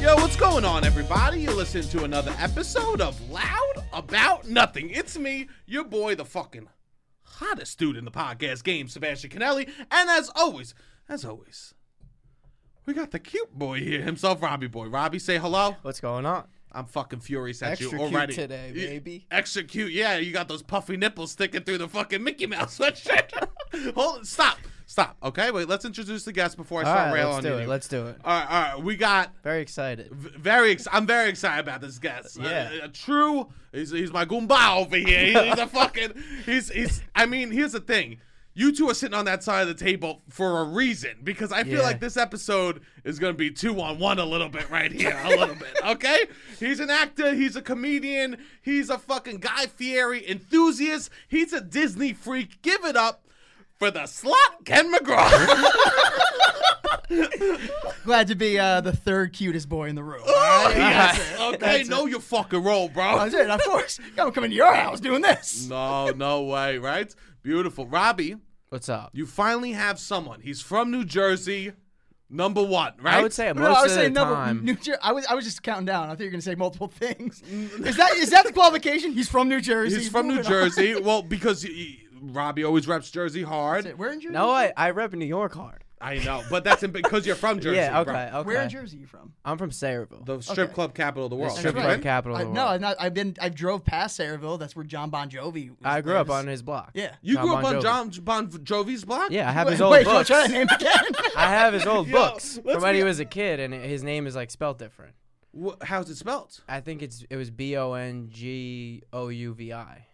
Yo, what's going on, everybody? You listen to another episode of Loud About Nothing. It's me, your boy, the fucking hottest dude in the podcast game, Sebastian Canelli. And as always, as always, we got the cute boy here himself, Robbie Boy. Robbie, say hello. What's going on? I'm fucking furious at Extra you cute already. today, Y- baby. Extra cute, yeah. You got those puffy nipples sticking through the fucking Mickey Mouse sweatshirt. Hold, stop, stop. Okay, wait. Let's introduce the guest before I All start right, railing let's do on it. you. Let's do it. all right, all right. We got Very excited. V- very ex- I'm very excited about this guest. A- Yeah. a, true. He's, he's my goomba over here. He's, he's a fucking. He's he's. I mean, here's the thing. You two are sitting on that side of the table for a reason because I feel Yeah. like this episode is going to be two on one a little bit right here, a little bit. Okay, he's an actor, he's a comedian, he's a fucking Guy Fieri enthusiast, he's a Disney freak. Give it up for the slot Ken McGraw. Glad to be uh, the third cutest boy in the room. yes. Okay, know your fucking role, bro. That's it, of course. I'm coming to your house doing this. No, no way, right? Beautiful. Robbie, What's up? you finally have someone. He's from New Jersey, number one, right? I would say No, most I was of the saying number- time. New Jer- I was I was just counting down. I thought you were gonna say multiple things. Is that is that the qualification? He's from New Jersey. he's from New Moving on. Jersey. well, because y y- Robbie always reps Jersey hard. Where in Jersey? no, I I rep New York hard. I know, but that's in, because you're from Jersey. yeah. Okay. bro. Okay. Where in Jersey are you from? I'm from Sayreville. The strip Okay. club capital of the world. Have strip you club been? capital. I, of the no, world. I'm not, I've been I've drove past Sayreville. That's where John Bon Jovi. was- I grew up on lives. his block. Yeah. You John grew up Bon on Jovi. John Bon Jovi's block? Yeah, I have his Wait, old wait, books. try that name again. I have his old Yo, books let's from when be- he was a kid, and his name is like spelled different. Wh- How's it spelled? I think it's it was B O N G O U V I.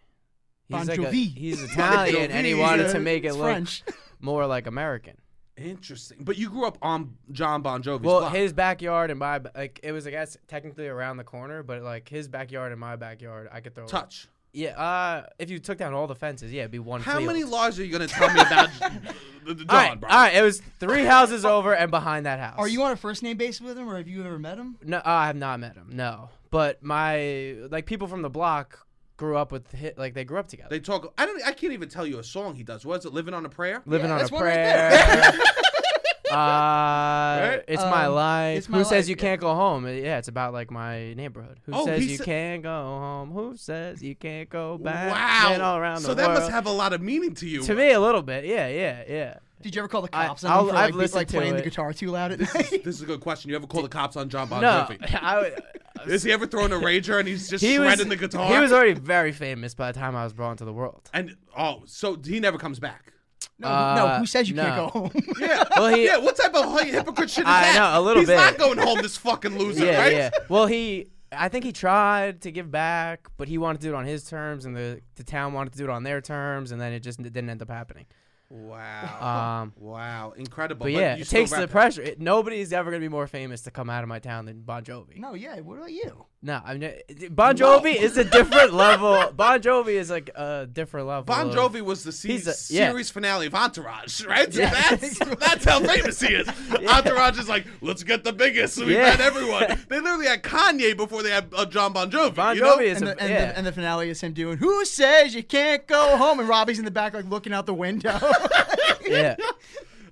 He's Bon like a, Jovi. he's Italian, and he Jovi, wanted yeah. to make it It's look French. more like American. Interesting. But you grew up on John Bon Jovi's Well, block. his backyard and my ba- like it was I guess technically around the corner, but like his backyard and my backyard, I could throw. Touch. Yeah, uh, if you took down all the fences, yeah, it'd be one. How field. many laws are you going to tell me about John, All right, bro? all right, it was three houses over and behind that house. Are you on a first name basis with him, or have you ever met him? No, uh, I have not met him. No, but my like people from the block grew up with hit like they grew up together. They talk. I don't. I can't even tell you a song he does. What is it? Living on a Prayer. Living Yeah, on a that's one right prayer. uh, Right? It's my Um, life. It's My Who says Life, you yeah. can't go home? Uh, Yeah, it's about like my neighborhood. Who Oh, says he you sa- can't go home? Who says you can't go back? Wow. Been all around so the that world. must have a lot of meaning to you. to me a little bit. Yeah, yeah, yeah. Did you ever call the I- cops on I'll- him for I've like, be- listened like to playing it. the guitar too loud at this, night? is, this is a good question. You ever call the cops on John Bon No, Jovi? I would. Is he ever throwing a rager and he's just He was, shredding the guitar? he was already very famous by the time I was brought into the world. and oh, so he never comes back. No, who- no. Uh, Who says you can't no. go home? Yeah. Well, he- yeah. What type of hy- hypocrite shit is I that? know, a little he's bit. not going home. This fucking loser, yeah, right? yeah. Well, he, I think he tried to give back, but he wanted to do it on his terms, and the the town wanted to do it on their terms, and then it just didn't end up happening. Wow. Um, wow. Incredible. but, yeah, Oh. you it still takes the rap it. pressure. It, nobody's ever gonna be more famous to come out of my town than Bon Jovi. No, no, yeah. What about you? I mean, Bon Jovi is a different level. Bon Jovi is like a different level. Bon of- Jovi was the se- Uh, He's a- yeah. series finale of Entourage, right? So Yeah. That's that's how famous he is. Entourage is like, let's get the biggest. So we Yeah. had everyone. They literally had Kanye before they had uh, John Bon Jovi. Bon you know? Jovi is and, a the, and, yeah. the, and the finale is him doing "Who says you can't go home?" and Robbie's in the back, like looking out the window. yeah.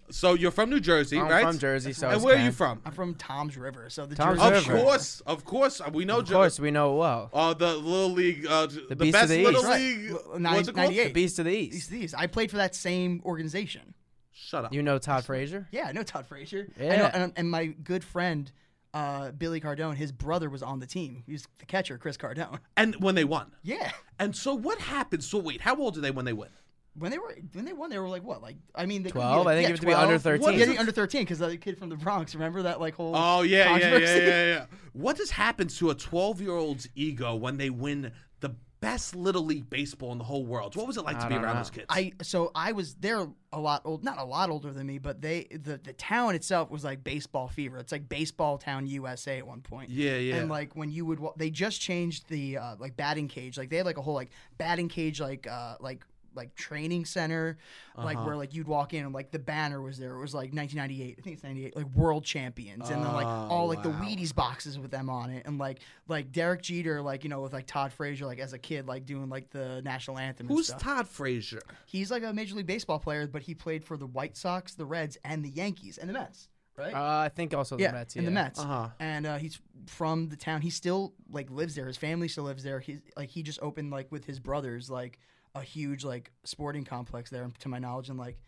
So you're from New Jersey, I'm right? from Jersey, so and it's where are you Ken. from? I'm from Tom's River, so the Tom's Jersey Of River. Shore. course, of course, uh, we know. Of course, we know it well. Uh, the little league, uh, the, Beast of best the East. little That's right. league. Well, what's it called? 98. The Beast of the These, East. these. I played for that same organization. Shut up. You know Todd Frazier? Yeah, I know Todd Frazier. I Yeah. know, and, and my good friend uh, Billy Cardone, his brother was on the team. He was the catcher, Chris Cardone. and when they won. Yeah. And so what happened? So wait, how old are they when they win? When they were when they won, they were like what? Like I mean, they could be, 12? like- I think yeah, you have to be under 12. 13. Yeah, they- under thirteen because the kid from the Bronx. Remember that like whole. Oh yeah, yeah, yeah, controversy? yeah, yeah. What has happened to a 12-year-old's ego when they win the best little league baseball in the whole world? What was it like to be don't around know. those kids? I so I was there a lot old, not a lot older than me, but they the the town itself was like baseball fever. It's like baseball town USA at one point. Yeah, yeah. And like when you would, wa- they just changed the uh, like batting cage. Like they had like a whole like batting cage like uh like like training center, Uh-huh. like where like you'd walk in and like the banner was there. It was like 1998, I think it's 98, like world champions, and then like Oh, all like wow. the Wheaties boxes with them on it, and like like Derek Jeter, like you know with like Todd Frazier, like as a kid, like doing like the national anthem. and Who's stuff. Todd Frazier? He's like a Major League Baseball player, but he played for the White Sox, the Reds, and the Yankees and the Mets, right? Uh, Oh, I think also the yeah, Mets. and the yeah. Mets. Uh-huh. And uh, he's from the town. He still like lives there. His family still lives there. He's like he just opened like with his brothers like a huge like sporting complex there, to my knowledge, and like.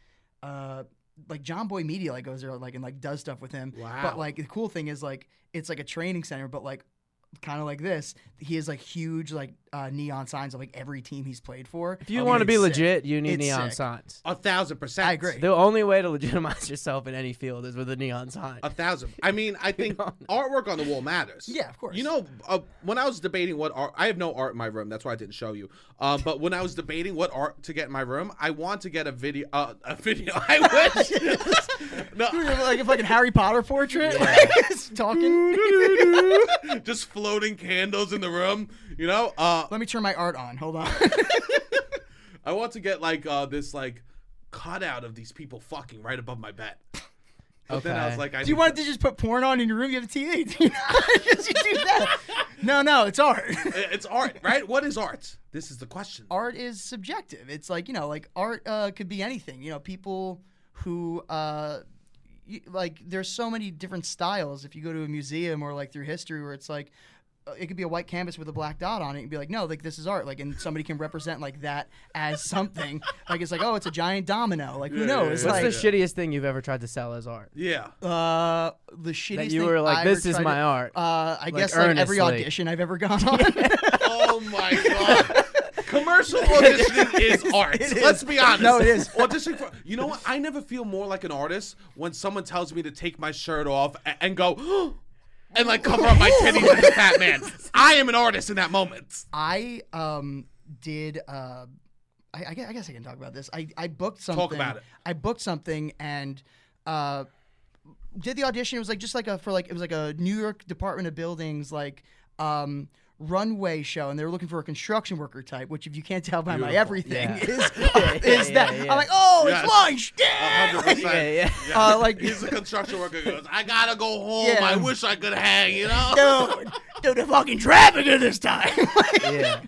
Uh, like John Boy Media like goes there like and like does stuff with him. Wow. But like the cool thing is like it's like a training center, but like kind of like this, he has like huge like uh, neon signs of like every team he's played for. Oh, If you want to be legit, you need It's neon sick. signs. A thousand percent. I agree. The only way to legitimize yourself in any field is with a neon sign. A thousand. I mean, I think know? artwork on the wall matters. Yeah, of course. You know, uh, when I was debating what art, I have no art in my room. That's why I didn't show you. Uh, but when I was debating what art to get in my room, I want to get a video. Uh, a video. I wish. no. like a fucking Harry Potter portrait, It's talking. Just floating candles in the room. You know. Uh, Let me turn my art on. Hold on. I want to get like uh, this like cutout of these people fucking right above my bed. But then I was Okay. like, I do you need- want to just put porn on in your room? You have a TV. Do you not? Just you do that. No, no, it's art. It's art, right? What is art? This is the question. art is subjective. It's like you know, like art uh, could be anything. You know, people who uh, y like there's so many different styles. If you go to a museum or like through history, where it's like uh, it could be a white canvas with a black dot on it, and be like, no, like this is art. Like, and somebody can represent like that as something. like it's like, oh, it's a giant domino. Like Yeah, who knows? yeah, What's yeah. the like, shittiest thing you've ever tried to sell as art? Yeah. uh, the shittiest. That you thing were I like, ever this is tried my to- art. Uh, I guess like every earnestly. audition I've ever gone on. Oh my god. Commercial auditioning is art. is. Let's be honest. No, it is. Auditioning for you know what? I never feel more like an artist when someone tells me to take my shirt off a- and go and like cover up my titties like a fat man. I am an artist in that moment. I um did uh I, I guess, I guess I can talk about this. I, I booked something. about it. I booked something and uh did the audition. It was like just like a for like it was like a New York Department of Buildings like um runway show and they were looking for a construction worker type, which if you can't tell by my Beautiful. everything Yeah. is yeah, is that yeah, yeah. I'm like, oh Yes. it's lunch. A Yeah. hundred percent. Yeah, yeah. Uh, like- he's a construction worker. who Goes, I gotta go home. Yeah. I wish I could hang. You know. Dude, dude, the fucking traffic at this time. Yeah.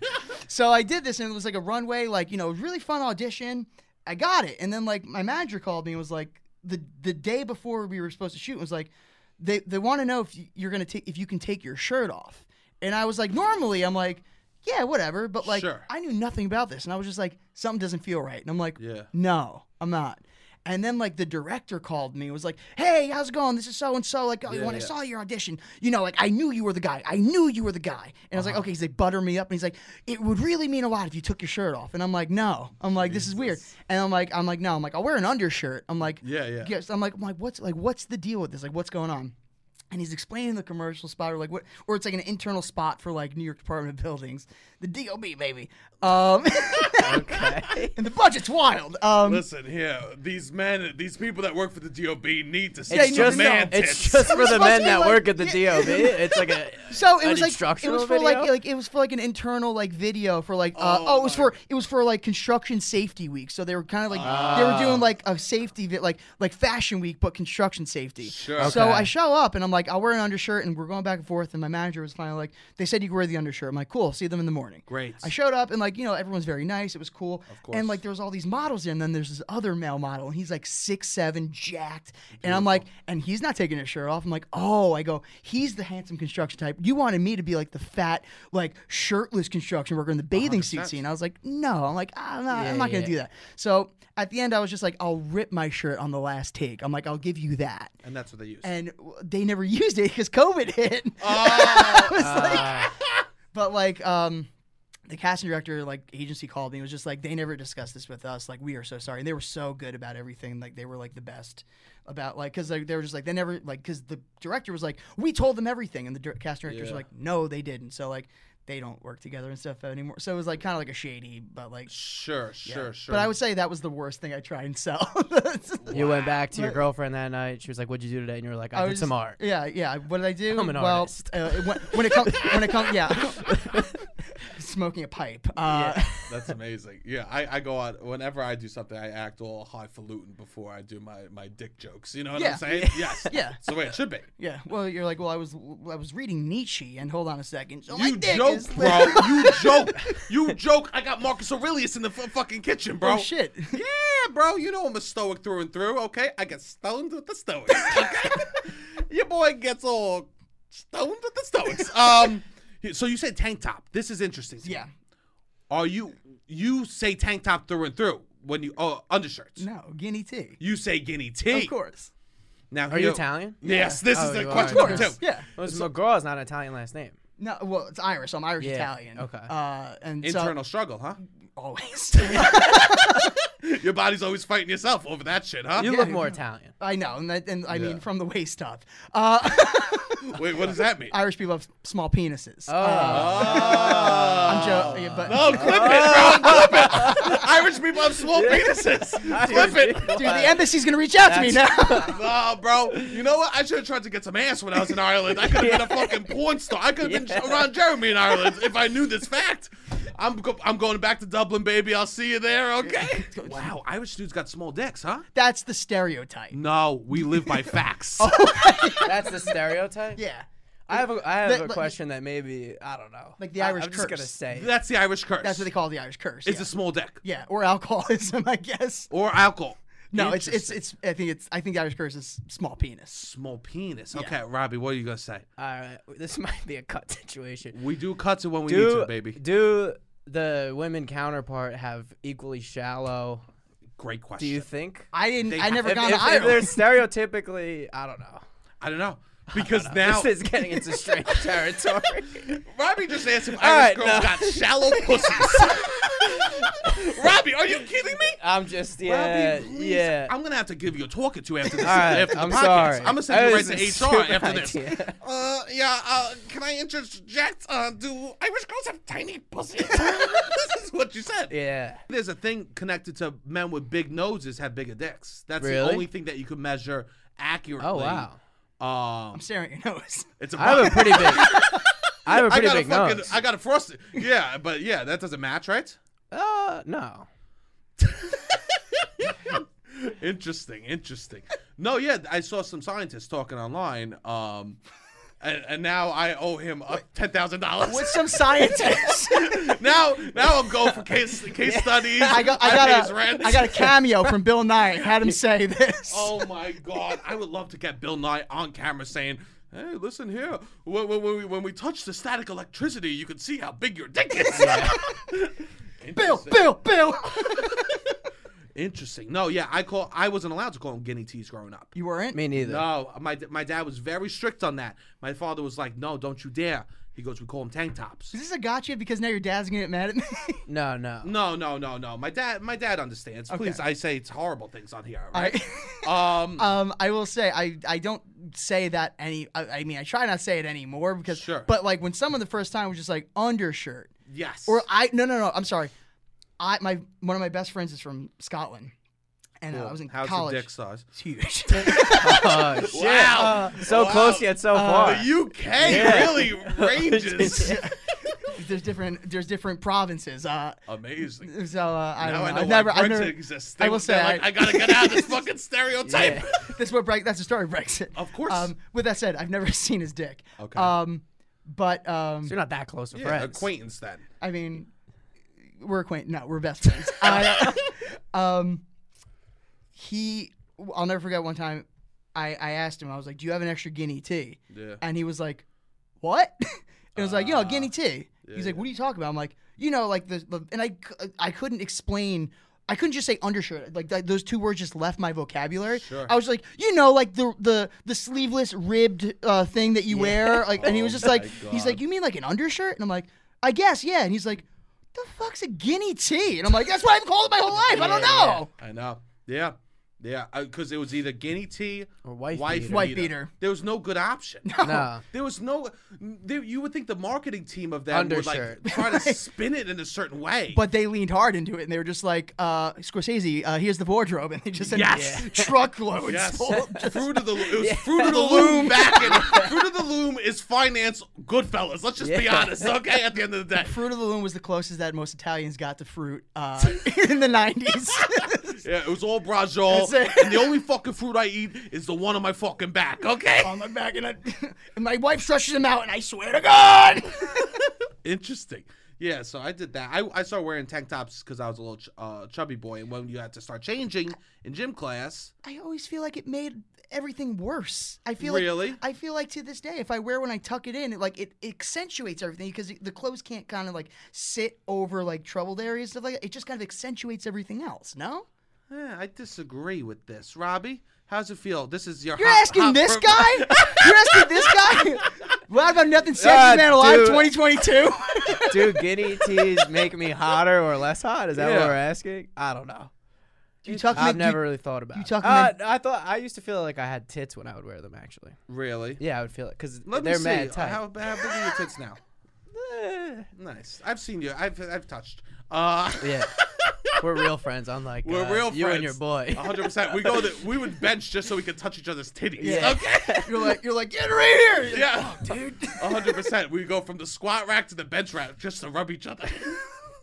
So I did this, and it was like a runway, like you know, really fun audition. I got it, and then like my manager called me and was like, the the day before we were supposed to shoot was like, they they want to know if you- you're gonna take if you can take your shirt off, and I was like, normally I'm like, yeah, whatever, but like Sure. I knew nothing about this, and I was just like, something doesn't feel right, and I'm like, Yeah. no, I'm not. And then like the director called me and was like, "Hey, how's it going? This is so and so. Like, oh, Yeah, when I yeah. saw your audition, you know, like I knew you were the guy. I knew you were the guy." And I was like, Uh-huh. "Okay." He's like, "Butter me up," and he's like, "It would really mean a lot if you took your shirt off." And I'm like, "No." I'm like, "This is weird." And I'm like, "I'm like, no." I'm like, "I'll wear an undershirt." I'm like, Yeah, yeah. Yes. I'm like, I'm like, what's like, what's the deal with this? Like, what's going on?" and he's explaining the commercial spot or like what or it's like an internal spot for like New York Department of Buildings. The DOB baby. Um Okay. and the budget's wild. Um Listen here, these men, these people that work for the DOB need to see Yeah, some It's you know, just, no. man it's tits. just for was supposed the to men be that like- work at the yeah. DOB. It's like a so it an was like it instructional was for like video? like it was for like an internal like video for like uh, Oh, oh, it was my- for it was for like construction safety week so they were kind of like they were doing like a safety vi- like like fashion week but construction safety Sure. so Okay. I show up and I'm like I'll wear an undershirt and we're going back and forth and my manager was finally like they said you could wear the undershirt I'm like cool see them in the morning Great. I showed up and like you know everyone's very nice it was cool of course. and like there was all these models in and then there's this other male model and he's like six seven jacked and I'm like and he's not taking his shirt off I'm like oh I go he's the handsome construction type you wanted me to be like the fat like shirtless construction worker in the bathing suit 100%. scene I was like no I'm like I'm not, Yeah, I'm not gonna yeah. do that so at the end I was just like I'll rip my shirt on the last take I'm like I'll give you that and that's what they use. and w- they never used it because COVID hit. Oh, I was like, Ah, but like, um, the casting director, like agency called me and was just like, they never discussed this with us. Like, we are so sorry. And they were so good about everything. Like, they were like the best about like, cause like, they were just like, they never like, cause the director was like, we told them everything. And the dir- casting directors Yeah. were like, no, they didn't. So like, they don't work together and stuff anymore. So it was like kind of like a shady, but like, sure, yeah. sure, sure. But I would say that was the worst thing I tried and sell. you went back to your But- girlfriend that night. She was like, "What'd you do today?" And you were like, "I, I did was- some art." Yeah, yeah. What did I do? I'm an well, artist. Uh, when, when it comes, when it comes, yeah. smoking a pipe. Uh, That's amazing. Yeah, I, I go out whenever I do something. I act all highfalutin before I do my, my dick jokes. You know what Yeah. I'm saying? Yes. Yeah. It's the way it should be. Yeah. Well, you're like, well, I was I was reading Nietzsche, and hold on a second. So my you dick joke, is- Oh, bro. you joke. You joke. I got Marcus Aurelius in the f- fucking kitchen, bro. Oh shit. Yeah, bro. You know I'm a stoic through and through. Okay, I get stoned with the stoics. Okay? Your boy gets all stoned with the stoics. Um, so you said tank top. This is interesting. to me. yeah. Are you you say tank top through and through when you oh undershirts? No, guinea tea. You say guinea tea. Of course. Now Are you Italian? Yes, this Oh, is a you are. question Of number course, two. yeah. Well, it's McGraw's not an Italian last name. No, well, it's Irish. So I'm Irish Yeah, Italian. okay. Uh, and Internal struggle, huh? so always. Your body's always fighting yourself over that shit, huh? You Yeah, look you more know. Italian. I know, and, that, and I Yeah. mean from the waist up. Uh, Wait, what does that mean? Irish people have small penises. Oh. Uh, Ah. I'm joking, joking. but- no, clip it, bro. Clip it. Irish people have small penises. Clip it. dude, the embassy's gonna reach out to me now. No, bro. You know what? I should have tried to get some ass when I was in Ireland. I could have been a fucking porn star. I could have been Ron Jeremy in Ireland if I knew this fact. I'm go- I'm going back to Dublin, baby. I'll see you there. Okay. Wow, Irish dudes got small dicks, huh? That's the stereotype. No, we live by facts. That's the stereotype. Yeah. I have a I have Like- a like- question that maybe I don't know. Like the I- Irish I'm just gonna curse. say. it. That's the Irish curse. That's what they call the Irish curse. It's yeah. a small dick yeah, or alcoholism, I guess. or alcohol. No, it's it's Interesting. it's. I think it's. I think the Irish curse is small penis. small penis. Okay, Robbie, what are you gonna say? All right, this might be a cut situation. We do cuts it when we need Do to, baby. do the women counterpart have equally shallow? Great question. Do you think? I didn't. They- I never if, gone if, to if Ireland. they're stereotypically, I don't know. I don't know because now this is getting into strange territory. Robbie just asked if Irish right, girls no. got shallow pussies. Robbie, are you kidding me? I'm just yeah Robbie, please. yeah. I'm gonna have to give you a talking to after this. All right, after the I'm podcast. sorry. I'm gonna That send you right was a to HR stupid after this. idea. Uh, yeah. Uh, can I interject? Uh, do Irish girls have tiny pussies? this is what you said. yeah. There's a thing connected to men with big noses have bigger dicks. That's the Really? only thing that you could measure accurately. Oh wow. Um, I'm staring at your nose. it's a I have a pretty big. I have a I pretty got big a fucking, nose. I got a frosted. Yeah, but yeah, that doesn't match, right? Uh, no. Interesting, interesting. No, yeah, I saw some scientists talking online. Um, and, and now I owe him uh, ten thousand dollars. With some scientist. Now, now I'm going for case case studies. I got. I pay his got rent. a. I got a cameo from Bill Nye. Had him say this. Oh my God! I would love to get Bill Nye on camera saying, "Hey, listen here. When, when, when we when we touch the static electricity, you can see how big your dick is." Bill, Interesting. Bill, Bill. Interesting. No, yeah, I call. I wasn't allowed to call them guinea teas growing up. You weren't. Me neither. No, my my dad was very strict on that. My father was like, "No, don't you dare." He goes, "We call them tank tops." Is this a gotcha? Because now your dad's gonna get mad at me. No, no. No, no, no, no. My dad, my dad understands. Please, I say it's horrible things on here. all All Right? right. Um, Um, I will say I, I don't say that any. I, I mean, I try not to say it anymore because. Sure. But like when someone the first time was just like undershirt, yes. or I no no no I'm sorry, I my one of my best friends is from Scotland, and uh, I was in How's college. the dick size? It's huge. Oh, shit. Uh, Wow. So Wow. close yet so Uh, far. The UK really ranges. there's different there's different provinces. Uh, Amazing. so uh, I, Now don't I know I never why I Brexit never. exists. I They, will they're say like, I- I gotta get out of this fucking stereotype. Yeah. That's what break. That's the story of Brexit. Of course. Um, with that said, I've never seen his dick. Okay. Um, but um, You're not that close to Yeah, friends. acquaintance then. I mean, we're acquainted. No, we're best friends. I, um, he, I'll never forget one time I, I asked him, I was like, Do you have an extra guinea tea? Yeah. Ah. And he was like, What? and I was like, Yo, guinea tea. He's like, What are you talking about? I'm like, You know, like the, the and I, c- I couldn't explain. I couldn't just say undershirt. Like th- those two words just left my vocabulary. Sure. I was like, you know, like the the the sleeveless ribbed uh, thing that you wear. Like, and he Oh was just like, my he's God. like, you mean like an undershirt? And I'm like, I guess, yeah. And he's like, the fuck's a guinea tea? And I'm like, that's what I've called it my whole life. I don't know. I know. Yeah. Yeah, because it was either guinea tea Or wife beater. Wife beater. There was no good option. No. There was no. There, you would think the marketing team of that Undershirt. would like try to spin it in a certain way. But they leaned hard into it, and they were just like, uh, "Scorsese, uh, here's the wardrobe," and they just sent Yes. truckloads. yes, full. fruit of the Lo- it was fruit of the loom back in fruit of the loom is finance Goodfellas. Let's just be Yeah. honest, okay? At the end of the day, Fruit of the Loom was the closest that most Italians got to fruit uh, in the '90s. yeah, it was all brajol, That's it. and the only fucking fruit I eat is the one on my fucking back, okay? On my back, and, I, and my wife stretches them out, and I swear to God. Interesting. Yeah, so I did that. I, I started wearing tank tops because I was a little ch- uh, chubby boy, and when you had to start changing in gym class, I always feel like it made everything worse. I feel Really? like I feel like to this day, if I wear when I tuck it in, it like it accentuates everything because the clothes can't kind of like sit over like troubled areas stuff like that. It just kind of accentuates everything else. No, eh, I disagree with this. Robbie, how's it feel? This is your. you're hot- asking hot this pro- guy. you're asking this guy. Loud about nothing, sexiest Ah, man alive, dude. 2022. Do guinea teas make me hotter or less hot? Is that Yeah. what we're asking? I don't know. you tuck them I've in- you- never really thought about. you it. tuck 'em Uh, I thought I used to feel like I had tits when I would wear them. Actually, Really? yeah, I would feel it because Let me they're see. mad uh, tight. How, how big are your tits now? Eh, Nice. I've seen you. I've I've touched. Uh, yeah, we're real friends. Unlike We're uh, real you and your friends. boy. 100. percent We go. The, we would bench just so we could touch each other's titties. Yeah. Okay. You're like you're like get right here. Yeah. dude. 100. percent We go from the squat rack to the bench rack just to rub each other.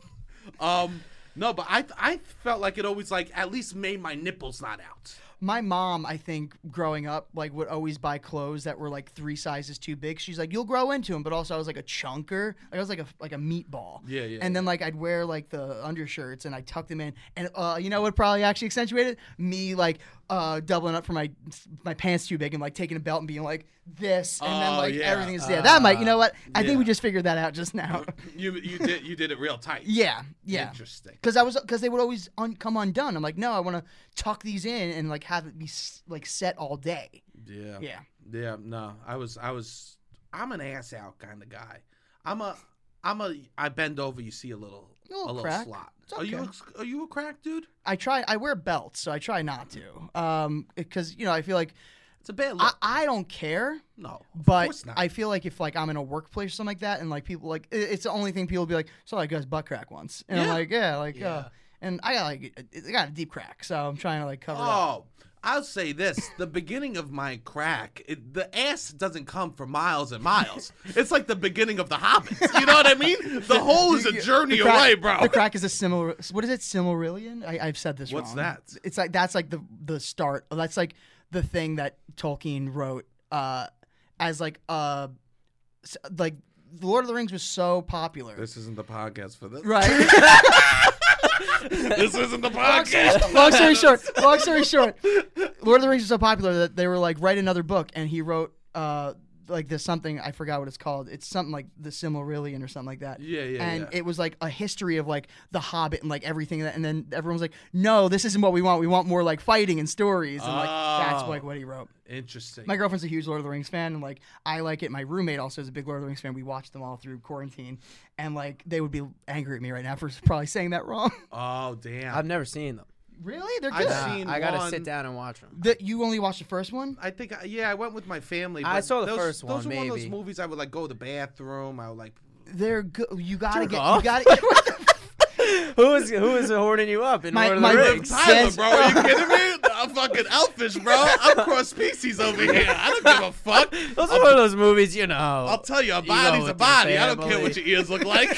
um. No, but I I felt like it always like at least made my nipples not out. My mom, I think, growing up, like would always buy clothes that were like three sizes too big. She's like, "You'll grow into them," but also I was like a chunker. Like I was like a like a meatball. Yeah, yeah, And then like I'd wear like the undershirts and I tucked them in, and uh, you know what probably actually accentuated me like uh, doubling up for my my pants too big and like taking a belt and being like this, and Oh, then like yeah. Ah. everything's there. that might, you know what? I think we yeah. just figured that out just now. You you did you did it real tight. yeah, Uh, yeah. Interesting. Because I was because they would always un- come undone. I'm like, no, I want to tuck these in and like have it be s- like set all day. Yeah. Yeah. Yeah, no, I was, I was, I'm an ass out kind of guy. I'm a, I'm a, I bend over, you see a little, A little little crack. slot. It's Are you, okay. a, are you a crack dude? I try. I wear belts, so I try not to. Um, because you know, I feel like It's a bad look. I, I don't care. no, of But course not. I feel like if like I'm in a workplace or something like that, and like people like i- it's the only thing people be like, so I guys butt crack once, and I'm Yeah. like, yeah, like, Yeah. Uh, and I got like I got a deep crack, so I'm trying to like cover. it up. oh, I'll say this: the beginning of my crack, it, the ass doesn't come for miles and miles. it's like the beginning of the Hobbits. You know what I mean? The whole is a You- journey the crack- away, bro. The crack is a similar. What is it? Similarlian? I, I've said this What's wrong. that? It's like that's like the the start. That's like the thing that Tolkien wrote uh, as like uh s- like Lord of the Rings was so popular. This isn't the podcast for this. Right. this isn't the long, story, podcast. long story short, long story short, Lord of the Rings was so popular that they were like write another book, and he wrote uh like this something I forgot what it's called. It's something like the Silmarillion or something like that. Yeah, yeah, And yeah. it was like a history of like the Hobbit and like everything that, and then everyone was like, no, this isn't what we want. We want more like fighting and stories, and like that's Oh. like what he wrote. Interesting. My girlfriend's a huge Lord of the Rings fan, and like I like it. My roommate also is a big Lord of the Rings fan. We watched them all through quarantine, and like they would be angry at me right now for probably saying that wrong. oh damn. I've never seen them. really? They're I've good. Nah, seen I gotta one- sit down and watch them. That you only watched the first one? I think I- yeah, I went with my family. I but saw the those, first Those were one, one of those maybe. movies I would like go to the bathroom. I would like. They're good. You gotta Jerk get. You off. gotta. who is who is hoarding you up in My- Lord of my the lip Rings? tight. Tyler, Yes. bro, are you kidding me? I'm fucking elfish, bro. I'm cross species over here. I don't give a fuck. Those are one of those movies, you know. Oh, I'll tell you, a go body's with a your body. I don't care family. what your ears look like.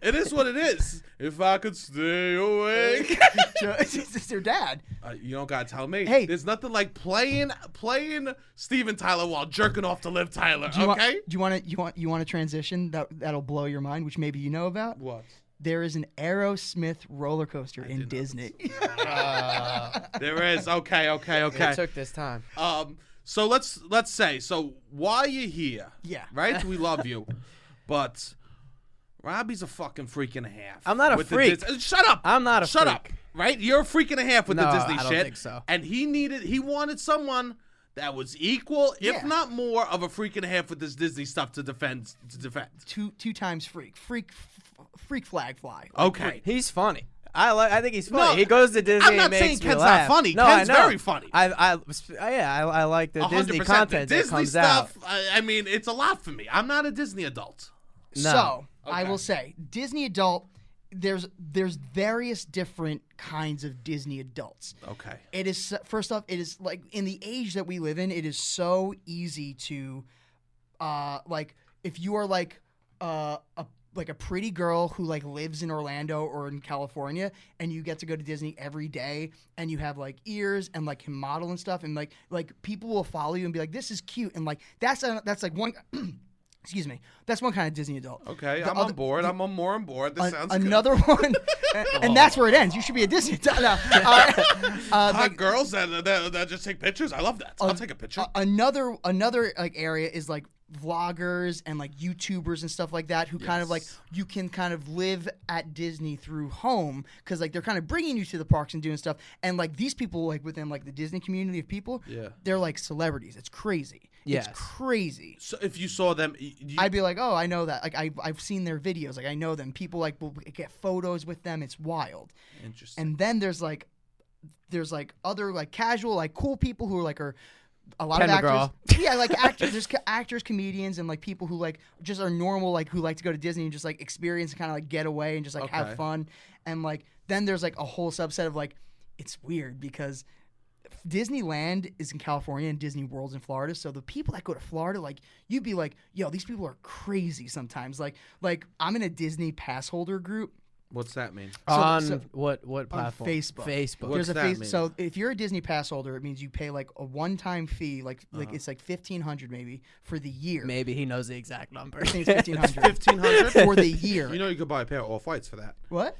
it is what it is. If I could stay awake. it's, it's your dad. Uh, you don't gotta tell me. Hey. there's nothing like playing playing Steven Tyler while jerking off to Liv Tyler. Do you want? okay. Do you want to? You want? You want a transition that that'll blow your mind, which maybe you know about. what? There is an Aerosmith roller coaster in did know Disney. There is. Okay. Okay. Okay. It took this time. Um, so let's let's say so why you here? Yeah. Right? We love you. But Robbie's a fucking freak and a half. I'm not a with the freak. Dis- uh, Shut up. I'm not a Shut freak. up. Right? You're a freak and a half with the No, Disney I don't shit. think so. And he needed he wanted someone that was equal, if Yeah. not more, of a freak and a half with this Disney stuff to defend to defend. two two times freak, freak, f- freak flag fly. Okay. He's funny. I like. I think he's funny. No, he goes to Disney. I'm not and makes saying me Ken's not laugh. funny. No, Ken's I know. very funny. I, I, sp- yeah, I, I like the 100% Disney the content that Disney comes stuff. out. I, I mean, it's a lot for me. I'm not a Disney adult. So I Okay. will say Disney adult. There's there's various different kinds of Disney adults. Okay. It is first off, it is like in the age that we live in, it is so easy to, uh, like if you are like uh, a like a pretty girl who like lives in Orlando or in California, and you get to go to Disney every day, and you have like ears and like can model and stuff, and like like people will follow you and be like, this is cute, and like that's a, that's like one. Excuse me. That's one kind of Disney adult. Okay, The I'm other- on board. I'm on more on board. This An- sounds good. another one, and, and that's where it ends. You should be a Disney. No, uh, uh, Hot girls that, that that just take pictures. I love that. I'll take a picture. a- another another like area is like vloggers and like YouTubers and stuff like that who kind of like you can kind of live at Disney through home because like they're kind of bringing you to the parks and doing stuff and like these people like within like the Disney community of people Yeah. they're like celebrities it's crazy Yes. it's crazy so if you saw them, y- you, I'd be like oh I know that like I I've seen their videos like I know them people like will get photos with them it's wild interesting. and then there's like there's like other like casual like cool people who are like are a lot Ken of actors yeah like actors there's co- actors comedians and like people who like just are normal like who like to go to disney and just like experience and kind of like get away and just like Okay. have fun and like then there's like a whole subset of like it's weird because Disneyland is in California and Disney World's in Florida. So the people that go to Florida, like you'd be like, yo, these people are crazy sometimes. Like, like I'm in a Disney pass holder group What's that mean? on so- what what on platform? Facebook. Facebook. What- There's a that face, mean? so if you're a Disney pass holder, it means you pay like a one-time fee, like Uh-huh. like it's like fifteen hundred maybe for the year. Maybe he knows the exact number. I think it's fifteen hundred Fifteen hundred. for the year. You know you could buy a pair of off whites for that. what?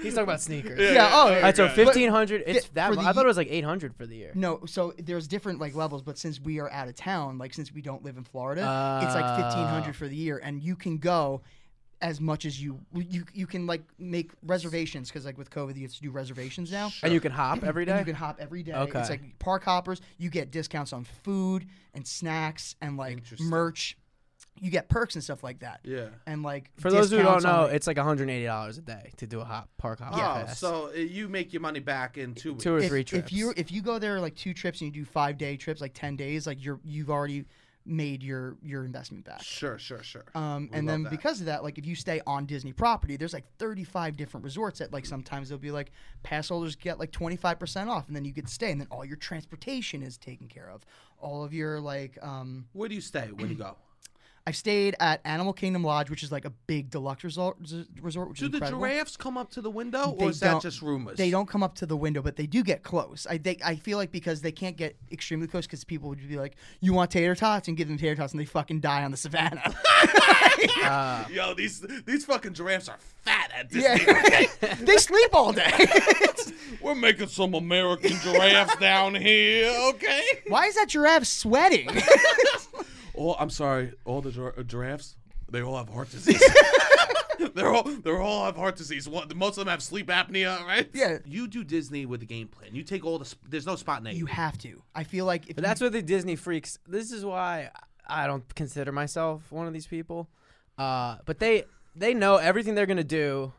He's talking about sneakers. Yeah. oh, All right, so But- fifteen hundred. It's Fi- that. for mu- the I thought ye- it was like eight hundred for the year. no. So there's different like levels, but since we are out of town, like since we don't live in Florida, it's like fifteen Ah. hundred for the year, and you can go as much as you you you can like make reservations because like with COVID, you have to do reservations now. And you can hop every And day. you can hop every day. Okay. It's like park hoppers. You get discounts on food and snacks and like merch. You get perks and stuff like that. Yeah. And like For those who don't discounts know, on- it's like one hundred and eighty dollars a day to do a hop park hop. Oh, pass. so uh, you make your money back in two weeks. two or if, three trips. if you if you go there like two trips and you do five day trips, like ten days, like you're you've already made your your investment back. Sure, sure, sure. Um, and love then that. because of that, like if you stay on Disney property, there's like 35 different resorts that like sometimes they'll be like pass holders get like 25% off, and then you get to stay, and then all your transportation is taken care of, all of your like um, Where do you stay when you go? I've stayed at Animal Kingdom Lodge, which is like a big deluxe resort, resort which Do is the incredible. giraffes come up to the window, They or is that don't- just rumors? They don't come up to the window, but they do get close. I they, I feel like because they can't get extremely close because people would be like, "You want tater tots?" and give them tater tots, and they fucking die on the savannah. Yo, these these fucking giraffes are fat at Disney. yeah, they sleep all day. It's- We're making some American giraffes down here, okay? Why is that giraffe sweating? Oh, I'm sorry. All the gir- giraffes, they all have heart disease. they're all they're all have heart disease. One, most of them have sleep apnea, right? Yeah. You do Disney with the game plan. You take all the. Sp- there's no spontaneity. you have to. I feel like if But that's what the Disney freaks. This is why I don't consider myself one of these people. Uh, but they they know everything they're gonna do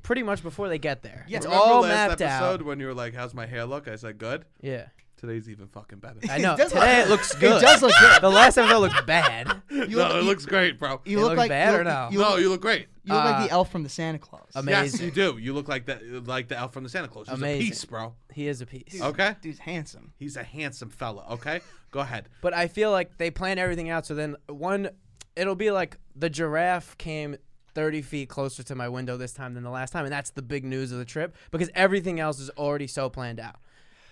pretty much before they get there. Yeah. It's Remember all last mapped episode out. when you were like, "How's my hair look?" I said, "Good." Yeah. Today's even fucking better. I know. does Today look- it looks good. does look good. The last episode looked bad. you, you no, it looks great, bro. you It look looks like bad you or look- no? You look, no, you look great. you look like the Uh, elf from the Santa Claus. Yes, you Amazing. do. You look like that, like the elf from the Santa Claus. He's a Amazing. piece, bro. He is a piece. Okay, Dude's handsome. he's a handsome fella. Okay, go ahead. But I feel like they plan everything out. So then one, it'll be like the giraffe came 30 feet closer to my window this time than the last time. And that's the big news of the trip because everything else is already so planned out.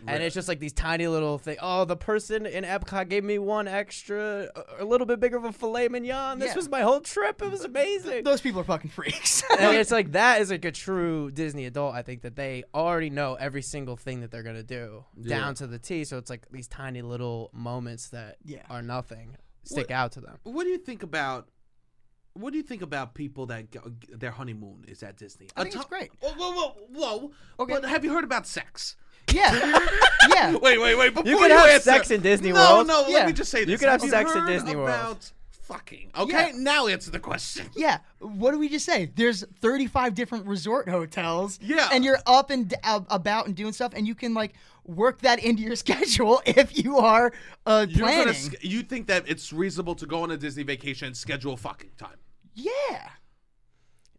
And it's just like these tiny little thing. Oh, the person in Epcot gave me one extra, a- a little bit bigger of a filet mignon. This Yeah. was my whole trip. It was amazing. Those people are fucking freaks. and it's like that is like a true Disney adult. I think that they already know every single thing that they're gonna do down to the T. So it's like these tiny little moments that Yeah. are nothing stick What- out to them. What do you think about? What do you think about people that go, their honeymoon is at Disney? I think it's great. Whoa, whoa, whoa, whoa! Okay. But have you heard about sex? yeah, yeah. Wait, wait, wait! Before can have answer- sex in Disney no, World. No, Yeah. let me just say this: can have you sex in heard Disney World. About fucking. Okay, Yeah. now answer the question. Yeah. What do we just say? There's 35 different resort hotels. Yeah. And you're up and d- ab- about and doing stuff, and you can like work that into your schedule if you are uh, You're planning. gonna, sch- you think that it's reasonable to go on a Disney vacation and schedule fucking time? yeah.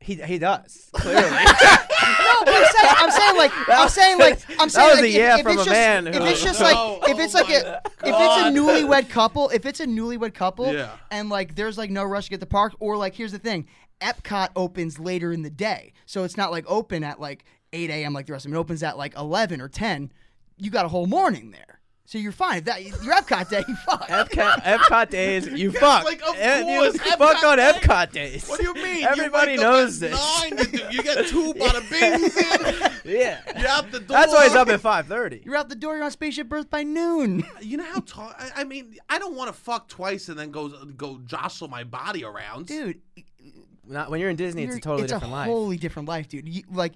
He, he does clearly. No, but I'm saying, I'm saying like, I'm saying like, I'm that saying was like, a if, yeah if from it's a just, man if who- it's just like, Oh, if it's oh like my a, if it's a God. newlywed couple, if it's a newlywed couple, Yeah. and like, there's like no rush to get the park, or like, here's the thing, Epcot opens later in the day, so it's not like open at like 8 a.m. like the rest of them. It opens at like 11 or 10. You got a whole morning there, so you're fine. If that your Epcot day, you fuck. Epcot, Epcot days, you fuck. like, of Eh, you course, fuck Epcot on days. Epcot days. What do you mean? You Everybody wake up knows at this. Nine, you, do- you get two bada bings in. Yeah, You're out the door. that's why he's up at five thirty. You're out the door. You're on Spaceship Earth by noon. You know how tall? I, I mean, I don't want to fuck twice and then go go jostle my body around. Dude, Not when you're in Disney, it's a you're- totally different a life. Totally different life, dude. You, like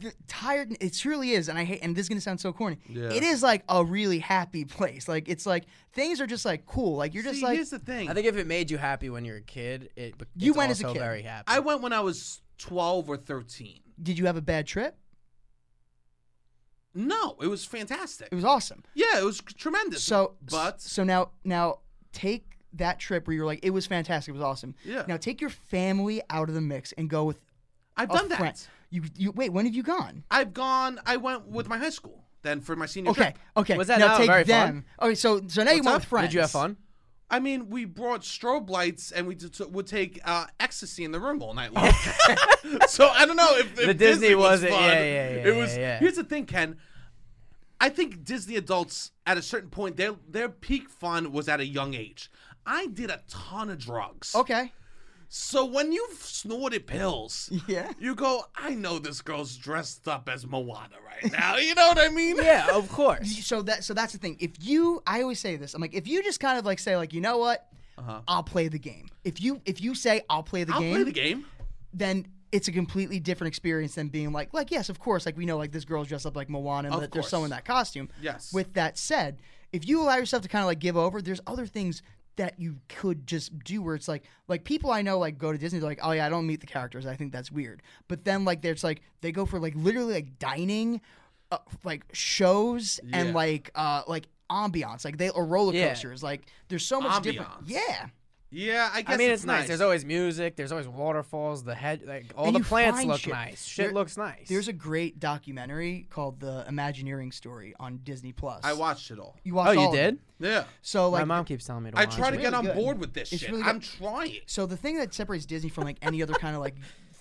the tired. It truly is, and I hate. And this is gonna sound so corny. Yeah. It is like a really happy place. Like it's like things are just like cool. Like you're See, just like here's the thing. I think if it made you happy when you're a kid, it bec- You it's went as a also kid. Very happy. I went when I was twelve or thirteen. Did you have a bad trip? No, it was fantastic. It was awesome. yeah, it was tremendous. So but so now now take that trip where you're like it was fantastic. It was awesome. Yeah. Now take your family out of the mix and go with I've a done that. friend. You you wait. When have you gone? I've gone. I went with my high school then for my senior Okay. trip. Okay. Was that now not take very fun? them? Okay. So so now you went up? with friends. Did you have fun? I mean, we brought strobe lights and we did, t- would take uh, ecstasy in the room all night long. so I don't know if, if The Disney was wasn't- fun. yeah, yeah, yeah, It was. yeah, yeah. Here's the thing, Ken. I think Disney adults at a certain point their their peak fun was at a young age. I did a ton of drugs. Okay. So when you've snorted pills, Yeah. you go, I know this girl's dressed up as Moana right now. You know what I mean? Yeah, of course. so that so that's the thing. If you, I always say this. I'm like, if you just kind of like say like, you know what, I'll play the game. If you if you say I'll play the Uh-huh. I'll game, play the game. then it's a completely different experience than being like like yes, of course. Like we know like this girl's dressed up like Moana and Of that there's course. someone in that costume. Yes. With that said, if you allow yourself to kind of like give over, there's other things that you could just do where it's like like people I know like go to Disney they're like oh yeah I don't meet the characters I think that's weird but then like there's like they go for like literally like dining uh, like shows Yeah. and like uh like ambiance like they or roller Yeah. coasters like there's so much different Ambiance. yeah Yeah, I guess. I mean, it's, it's nice. There's always music. There's always waterfalls. The head, like all And the you plants find look shit. nice. Shit There- looks nice. There's a great documentary called The Imagineering Story on Disney Plus. I watched it all. You oh, watched all you of it. did. Yeah. So My like mom keeps telling me to. I watch try to it. get on really good. board with this It's shit. really I'm trying. so the thing that separates Disney from like any other kind of like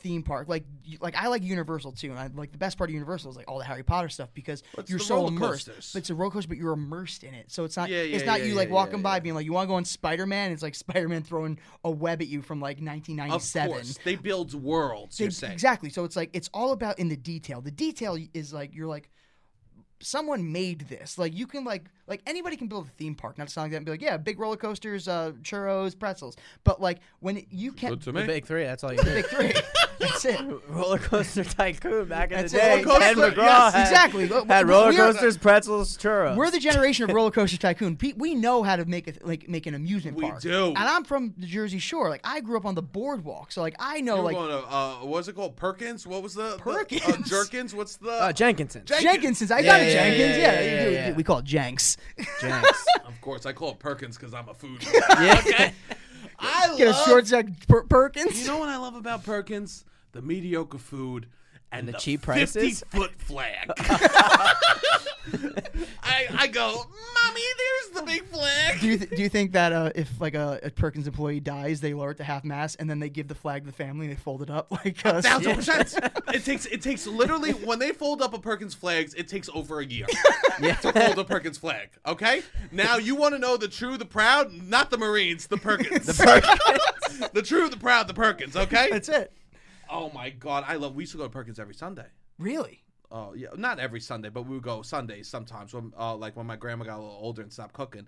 theme park like you- like I like Universal too and I like the best part of Universal is like all the Harry Potter stuff because It's you're the so roller immersed. coasters. But it's a roller coaster but you're immersed in it. So it's not Yeah, yeah, it's not yeah, you yeah, like yeah, walking by yeah. being like you want to go on Spider-Man it's like Spider-Man throwing a web at you from like Of 1997. course, they build worlds. You're Ex- saying. Exactly. So it's like it's all about in the detail. The detail is like you're like someone made this. Like you can like like anybody can build a theme park. Not something like that and be like, yeah, big roller coasters, uh, churros, pretzels. But like when it- you can't to the me. big three. That's all you did. big three. That's it. roller coaster tycoon back in That's the it. day. Roller Ted coaster, McGraw yes, had, exactly. Look, had we- roller we are- coasters, pretzels, churros. We're the generation of roller coaster tycoon. Pete, we know how to make a like make an amusement We park. do. And I'm from the Jersey Shore. Like I grew up on the boardwalk, so like I know You're like going to, uh, what was it called? Perkins? What was the the- uh, Perkins. Jerkins? What's the? uh, Jenkinson. Jenkins. I Yeah, got a yeah, yeah, Jenkins. yeah, Yeah, yeah, you do- yeah. we call it Jenks. Jenks. of course, I call it Perkins because I'm a food. Yeah. okay. I love. Get a short sack per- Perkins. You know what I love about Perkins? The mediocre food and the 50 cheap prices? foot flag. I, I go, mommy, there's the big flag. do you th- do you think that uh, if like a, a Perkins employee dies, they lower it to half mast and then they give the flag to the family and they fold it up like uh, Thousand yeah. percent. It takes it takes literally when they fold up a Perkins flags, it takes over a year to fold a Perkins flag. Okay, now you want to know the true, the proud, not the Marines, the Perkins, the Perkins, the true, the proud, the Perkins. Okay. That's it. oh my God, I love. We used to go to Perkins every Sunday. Really? Oh yeah, not every Sunday, but we would go Sundays sometimes. When uh, like when my grandma got a little older and stopped cooking,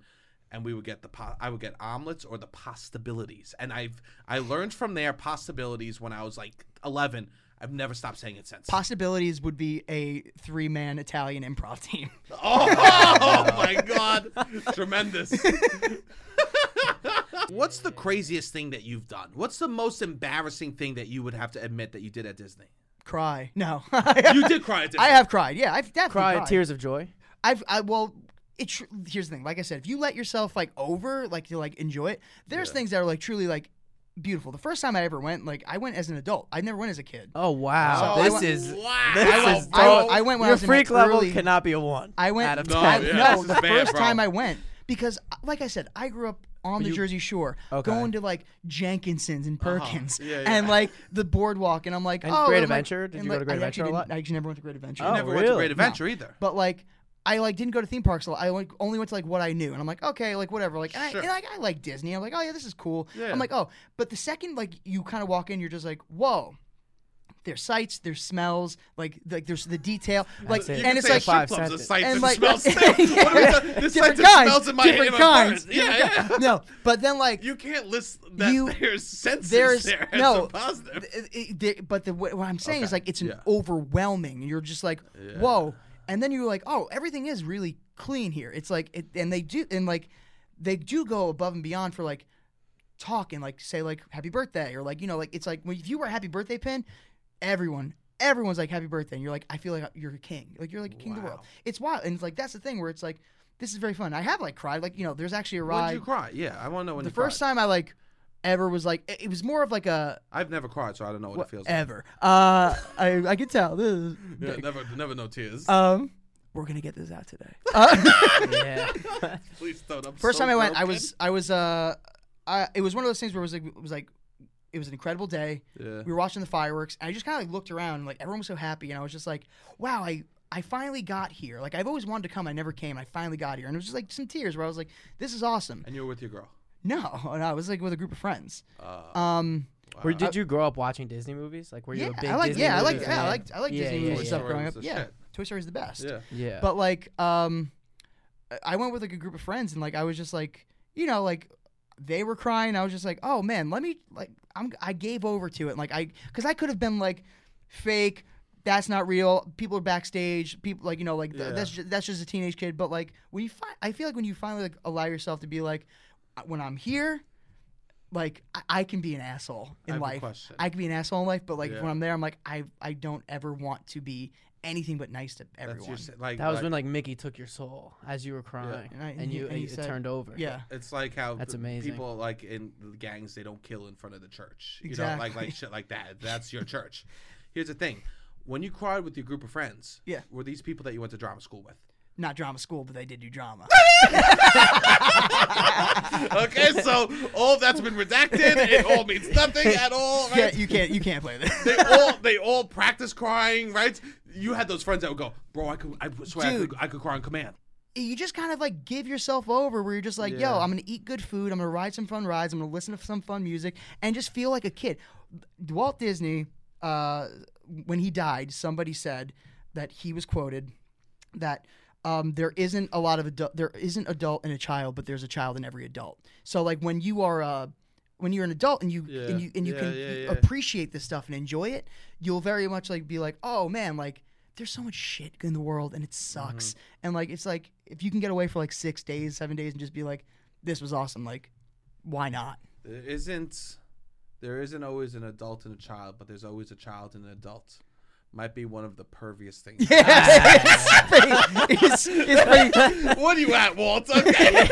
and we would get the pot. I would get omelets or the possibilities, and I've I learned from there possibilities when I was like eleven. I've never stopped saying it since. Possibilities would be a three man Italian improv team. Oh, my god. Tremendous. What's the craziest thing that you've done? What's the most embarrassing thing that you would have to admit that you did at Disney? Cry. No. You did cry at Disney. I have cried. Yeah, I've definitely Cry cried. tears of joy. I've I well, it tr- here's the thing. Like I said, if you let yourself like over, like to like enjoy it, there's things that are like truly like beautiful. The first time I ever went, like I went as an adult. I never went as a kid. Oh wow, So I this went- is Wow. this I is went- dope. I went- I went when I Your was in my freak level early- cannot be a one. I went. out of No, I, ten. yeah, no, this is the bad, first bro. time I went because, uh, like I said, I grew up on the you- Jersey Shore, Okay. Uh-huh. going to like Jenkinsons and Perkins, Yeah, yeah. and like the boardwalk, and I'm like, And oh, Great I'm like- Adventure? Did and, you go like, to Great I actually Adventure a lot? didn't- I actually never went to Great Adventure. Oh, never went to really? Great Adventure either. But like, I like didn't go to theme parks a lot. I like only went to like what I knew, and I'm like, okay, like whatever. Like, and I, Sure. and, like I like Disney. I'm like, oh yeah, this is cool. Yeah. I'm like, oh, but the second like you kind of walk in, you're just like, whoa. There's sights, there's smells, like like there's the detail, like, it. You and can it's say like a five clubs of sentence. sights And, and like- smells. too. What are we talking- the sights different and kinds, smells in my different in my kinds. brain. Yeah, yeah. no, but then like You can't list that You- there's senses there's there as no a positive. th- it- it- but the wh- what I'm saying is Okay, like it's an yeah. overwhelming, and you're just like, whoa, and then you're like, oh, everything is really clean here. It's like, it, and they do, and like, they do go above and beyond for like talk and like say like happy birthday or like you know like it's like when if you were a happy birthday pin, everyone. Everyone's like happy birthday, and you're like, I feel like you're a king. Like you're like a king of the world. Wow. It's wild, and it's like that's the thing where it's like, this is very fun. I have like cried, like you know, there's actually a When did ride. you cry? Yeah, I want to know when The you cried. first time I like ever was like, it- it was more of like a I've never cried, so I don't know what it feels like. ever. Uh, I, I can tell. This is Yeah, big. never, never no tears. um, we're gonna get this out today. Uh, yeah. Please don't. I'm first so time I went, I broken. was, I was, uh, I, it was one of those things where it was like, it was like, it was an incredible day. Yeah. We were watching the fireworks, and I just kind of like looked around, and, like everyone was so happy, and I was just like, wow, I. I finally got here. Like I've always wanted to come, I never came. I finally got here, and it was just like some tears where I was like, "This is awesome." And you were with your girl. No, no, I was like with a group of friends. Uh, Um, Were, did you grow up watching Disney movies? Like, were you yeah, a big I like, Disney yeah, I like, movie yeah, I fan? like, I like Yeah, Disney yeah, movies and yeah. stuff Toy Story growing up. was the Yeah, shit. Toy Story is the best. yeah. Yeah. But like, um, I went with like a group of friends, and like I was just like, you know, like they were crying. I was just like, oh man, let me like I'm I gave over to it. Like I because I could have been like fake. That's not real. People are backstage. People like you know like th- Yeah. that's just, that's just a teenage kid. But like when you fi- I feel like when you finally like allow yourself to be like, when I'm here, like I, I can be an asshole in I have a life. question. I can be an asshole in life. But like Yeah. when I'm there, I'm like I I don't ever want to be anything but nice to everyone. That's your, se- like, that was like, when like Mickey took your soul as you were crying, And I- and you and he it said- turned over. yeah. It's like how That's p- amazing. people like in the gangs they don't kill in front of the church. You know, like Exactly. like shit like that. That's your church. Here's the thing. When you cried with your group of friends, Yeah. were these people that you went to drama school with? not drama school, but they did do drama. okay, so all that's been redacted. It all means nothing at all, yeah, right? you can't you can't play this. They all they all practice crying, right? You had those friends that would go, "Bro, I could, I swear, I could, Dude. I could cry on command." you just kind of like give yourself over where you're just like, Yeah. yo, I'm gonna eat good food, I'm gonna ride some fun rides, I'm gonna listen to some fun music, and just feel like a kid. Walt Disney, uh, when he died, somebody said that he was quoted that um, there isn't a lot of adult, there isn't adult in a child, but there's a child in every adult. So like when you are uh, when you're an adult and you Yeah. and you and you Yeah, can yeah, yeah. appreciate this stuff and enjoy it, you'll very much like be like, oh man, like there's so much shit in the world and it sucks. Mm-hmm. And like it's like if you can get away for like six days, seven days, and just be like, this was awesome. Like, why not? There isn't, there isn't always an adult and a child, but there's always a child and an adult. Might be one of the perviest things. it's pretty, it's, it's pretty, what are you at, Walt? Okay.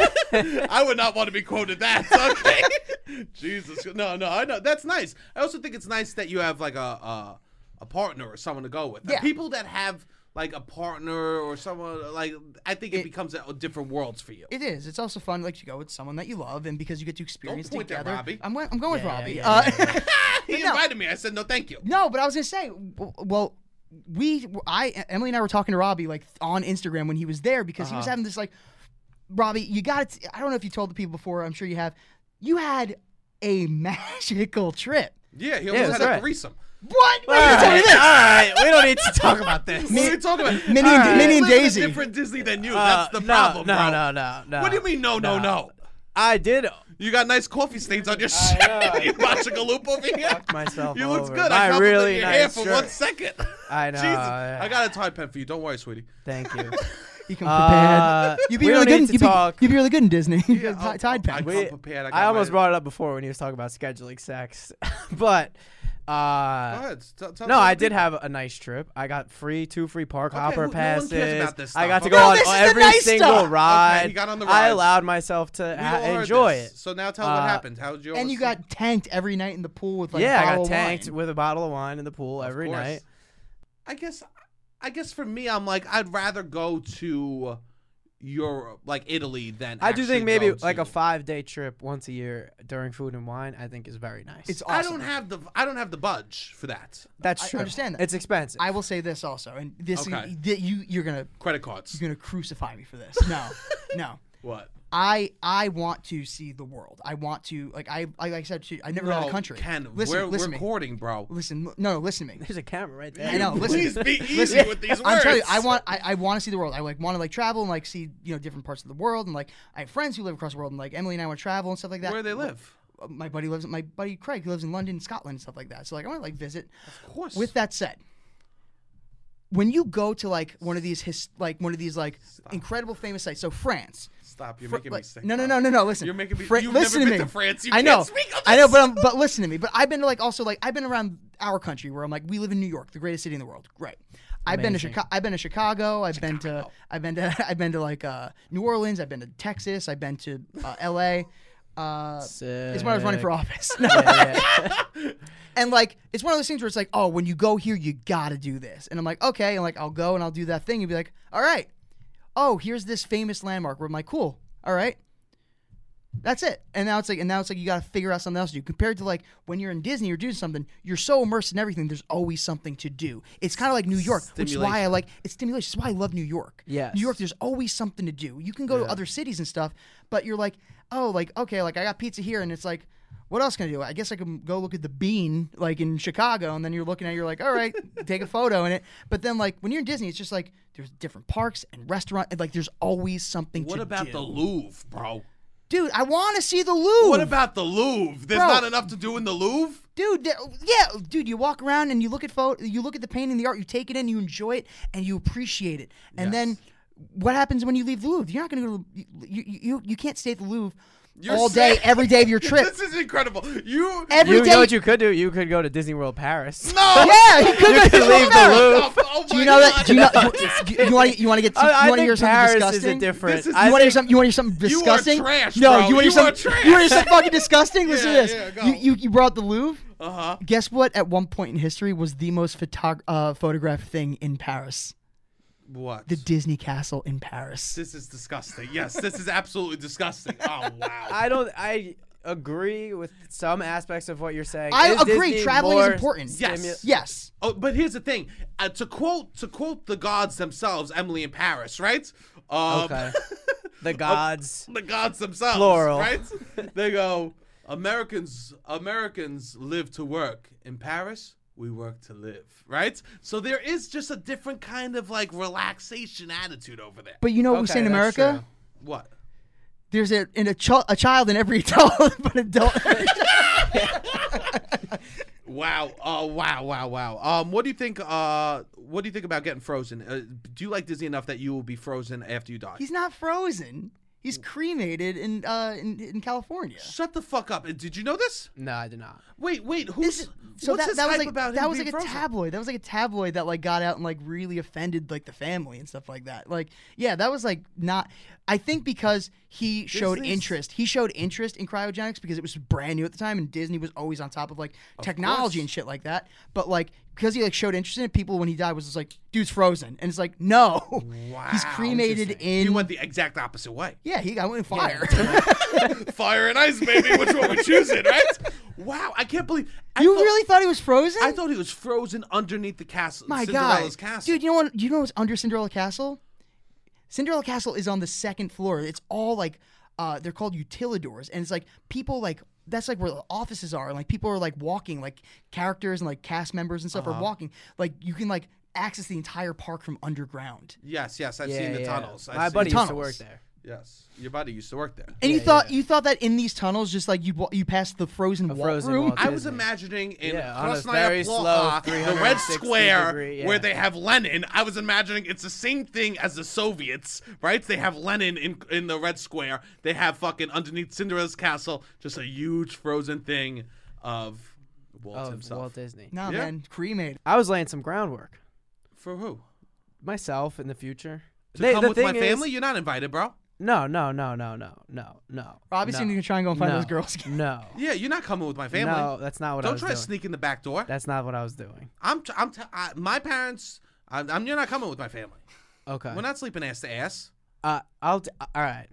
I would not want to be quoted that. Okay. Jesus. No, no, I know. That's nice. I also think it's nice that you have like a a, a partner or someone to go with. Yeah. People that have like a partner or someone like I think it, becomes a, a different worlds for you. It is. It's also fun, like to go with someone that you love, and because you get to experience point at together. Robbie. I'm, going- I'm going Yeah, with Robbie. yeah, uh, yeah, he no. invited me. I said no, thank you. no, but I was gonna say, w- well, we, I, Emily and I were talking to Robbie like on Instagram when he was there because Uh-huh. he was having this like, Robbie, you got to. I don't know if you told the people before. I'm sure you have. You had a magical trip. Yeah, he almost that's had a right. threesome. What? Why All didn't you tell me right, this? all right, we don't need to talk about this. what are you talking about? Minnie and- I Minnie and live in a Daisy. different Disney than you. Uh, That's the no, problem, no, bro. no, no, no. What do you mean? No, no, no. I did You got nice coffee stains on your shirt. know. you watching a loop over here. myself. You over. looked good. I My complimented really your nice hair for shirt. one second. I know, Jesus. yeah. I got a tie pen for you. Don't worry, sweetie. Thank you. You come prepared. Uh, you'd be we really don't good. need in- to You'd be, talk. you'd be really good in Disney. I'll- Ti- Tide I'll- Pack. I'll We- come prepared. got I almost my- brought it up before when he was talking about scheduling sex, but Go uh, ahead. Tell- tell no, us I what did you- have a nice trip. I got free two free park Okay, hopper who- no one cares passes. about this I got to stuff. go No, on this is the every nice single stuff. Okay, ride. he got on the I rides. allowed myself to We ha- all heard enjoy this. it. So now tell what Uh, happened. How did you? all And you listen? got tanked every night in the pool with like a yeah, I bottle got of tanked wine. with a bottle of wine in the pool Of every course. night. I guess. I guess for me, I'm like I'd rather go to Europe, like Italy, than I do actually think maybe go like a to- five day trip once a year during food and wine. I think is very nice. It's awesome. I don't have the I don't have the budge for that. that's I true. understand that. It's expensive. I will say this also, and this Okay. that you you're gonna Credit cards. you're gonna crucify me for this. No, no. What? I I want to see the world. I want to like I I- like I said to you, I've never been out No, of country. Ken, listen, we're listen to me. recording, bro. Listen, no, no, listen to me. There's a camera right there. I know. Listen, Please be easy listen, with these words. I'm telling you, I want, I, I want to see the world. I like want to like travel and like see you know different parts of the world, and like I have friends who live across the world, and like Emily and I want to travel and stuff like that. Where they live? Uh, My buddy lives, my buddy Craig who lives in London, Scotland, and stuff like that. So like I want to like visit. Of course. With that said, when you go to like one of these his, like one of these like incredible famous sites, so France. Stop. You're Fr- making me like- sick. No, no, bro. no, no, no. Listen, You're making me- Fra- you've listen never to me. been to France, you I can't know. speak on I know, this. but um, but listen to me. But I've been to like also like I've been around our country where I'm like we live in New York, the greatest city in the world. Great. I've been to Amazing. Chicago. I've been to Chicago. I've been to I've been to I've been to like uh, New Orleans. I've been to Texas. I've been to uh, L.A. Uh, it's when I was running for office. No. And like, it's one of those things where it's like, oh, when you go here, you gotta do this. And I'm like, okay, and like I'll go and I'll do that thing and be like, all right, oh, here's this famous landmark. Where I'm like, cool, all right. That's it. And now it's like, and now it's like you gotta figure out something else to do. Compared to like when you're in Disney or doing something, you're so immersed in everything. There's always something to do. It's kind of like New York, which is why I like it's stimulation. It's why I love New York. Yes. New York, there's always something to do. You can go to other cities and stuff, but you're like, oh, like okay, like I got pizza here, and it's like, what else can I do? I guess I can go look at the Bean, like in Chicago, and then you're looking at, it, you're like, all right, take a photo in it. But then like when you're in Disney, it's just like there's different parks and restaurant, and like there's always something. What to about do. the Louvre, bro? dude? I want to see the Louvre. What about the Louvre? There's Bro. not enough to do in the Louvre. dude th- yeah dude you walk around and you look at photo you look at the painting the art you take it in you enjoy it and you appreciate it and then what happens when you leave the louvre you're not going to go to the- you, you, you, you can't stay at the louvre You're all day sick. every day of your trip This is incredible. You every you day know what you could do? You could go to Disney World Paris. no. yeah you could You go to could the leave the Louvre. Louvre. Oh, oh do my you know that God. do you know do you, do you want to you want to get I- I you want to think hear something Paris disgusting is a different. This is- I you want to hear think- something? You want to hear You something are disgusting? trash, no, bro. you want You to hear are something? trash. You want to hear something fucking disgusting? Listen Yeah, to this. yeah, go. you, you you brought the Louvre. Uh huh. Guess what? At one point in history, was the most photog- uh, photographed thing in Paris. What? The Disney Castle in Paris. this is disgusting. Yes, this is absolutely disgusting. Oh wow. I don't. I agree with some aspects of what you're saying. I Is agree, Disney traveling is more important. Yes. Yes. Oh, but here's the thing. Uh, to quote to quote the gods themselves, Emily in Paris, right? Um, Okay. Oh. the gods. the gods themselves, Plural. right? They go, Americans Americans live to work. In Paris, we work to live, right? So there is just a different kind of like relaxation attitude over there. But you know what we Okay, say in that's America? true. What? There's a, in a, ch- a child in every adult, but adult. Wow! Oh, wow! Wow! Wow! Um, what do you think? Uh, what do you think about getting frozen? Uh, do you like Disney enough that you will be frozen after you die? He's not frozen. He's cremated in, uh, in in California. Shut the fuck up! Uh, Did you know this? No, I did not. Wait, wait. Who's So what's that, his that was hype like about him that was being like a frozen? tabloid. That was like a tabloid that like got out and like really offended like the family and stuff like that. Like yeah, that was like not. I think because he showed is- interest. He showed interest in cryogenics because it was brand new at the time, and Disney was always on top of like technology course. and shit like that. But like because he like showed interest in it, people when he died was just like, dude's frozen, and it's like no, Wow, he's cremated interesting. in. He went the exact opposite way. yeah, he got went in fire. Fire and ice, baby. Which one we choosing, right? Wow, I can't believe. I you thought- really thought he was frozen? I thought he was frozen underneath the castle. My Cinderella's God, castle. dude! You know what? You know what's under Cinderella Castle? Cinderella Castle is on the second floor. It's all like, uh, they're called utilidors, and it's like people like that's like where the offices are, and like people are like walking, like characters and like cast members and Uh-huh. stuff are walking. Like you can like access the entire park from underground. yes, yes. I've Yeah, seen the yeah. tunnels. I've My seen buddy the used to tunnels. work there. Yes, your buddy used to work there. And you Yeah, thought you thought that in these tunnels, just like you wa- you passed the frozen, A wall frozen room. Walt I was Disney. imagining in Yeah, on a Krasnaya very slow Plaza, the Red 360 Square degree, yeah. where they have Lenin. I was imagining it's the same thing as the Soviets, right? They have Lenin in in the Red Square. They have fucking underneath Cinderella's castle, just a huge frozen thing of Walt of himself. Oh, Walt Disney. Nah, Yeah. man, cremated. I was laying some groundwork For who? myself in the future. To They- come the with my thing is- family? You're not invited, bro. No, no, no, no, no, no, no. Robbie's no, gonna try and go and find no, those girls. No, Yeah, you're not coming with my family. no, that's not what I Don't was try doing. to sneak in the back door. that's not what I was doing. I'm, t- I'm, t- I, my parents. I'm, I'm, you're not coming with my family. Okay. We're not sleeping ass to ass. uh, I'll. T- all right.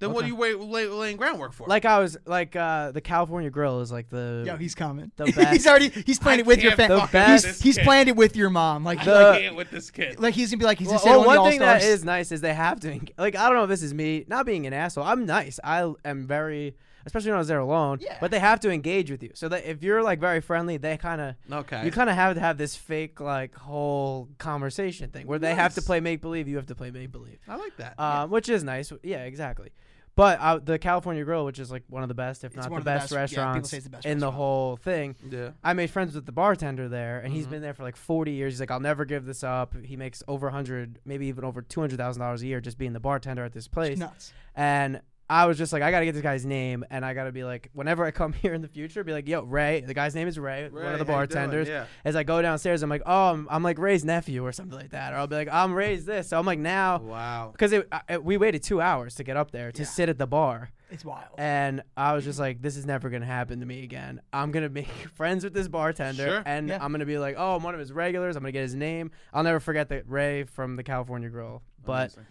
Then what are you wa- lay- laying groundwork for? Like I was like uh the California Grill is like the Yo, he's coming. The best. he's already he's planned I it with your can't family. fucking best- with He's, this he's kid. planned it with your mom. Like I the- like it with this kid. like he's gonna be like he's Well, just well, well, on the one thing that All-Stars. is nice is they have to eng- like I don't know if this is me not being an asshole. I'm nice. I am very especially when I was there alone. Yeah. But they have to engage with you. So that if you're like very friendly, they kind of Okay. You kind of have to have this fake like whole conversation thing where they have to Nice. play make believe. You have to play make believe. I like that. Um, which is nice. Yeah, exactly. But uh, the California Grill, which is like one of the best, if not one the of the best, best- yeah, people restaurants say it's the best in the restaurant. whole thing. yeah. Mm-hmm. I made friends with the bartender there, and he's been there for like 40 years. He's like, I'll never give this up. He makes over 100, maybe even over $200,000 a year just being the bartender at this place. nuts. And I was just like, I got to get this guy's name, and I got to be like, whenever I come here in the future, be like, yo, Ray. The guy's name is Ray, one Ray, of the how you doing? bartenders. Yeah. As I go downstairs, I'm like, oh, I'm, I'm like Ray's nephew or something like that. Or I'll be like, I'm Ray's this. So I'm like, now, Wow. because it, I- it, we waited two hours to get up there to sit at the bar. It's wild. And I was just like, this is never going to happen to me again. I'm going to make friends with this bartender. Sure. And Yeah. I'm going to be like, oh, I'm one of his regulars. I'm going to get his name. I'll never forget that Ray from the California Grill. But Amazing.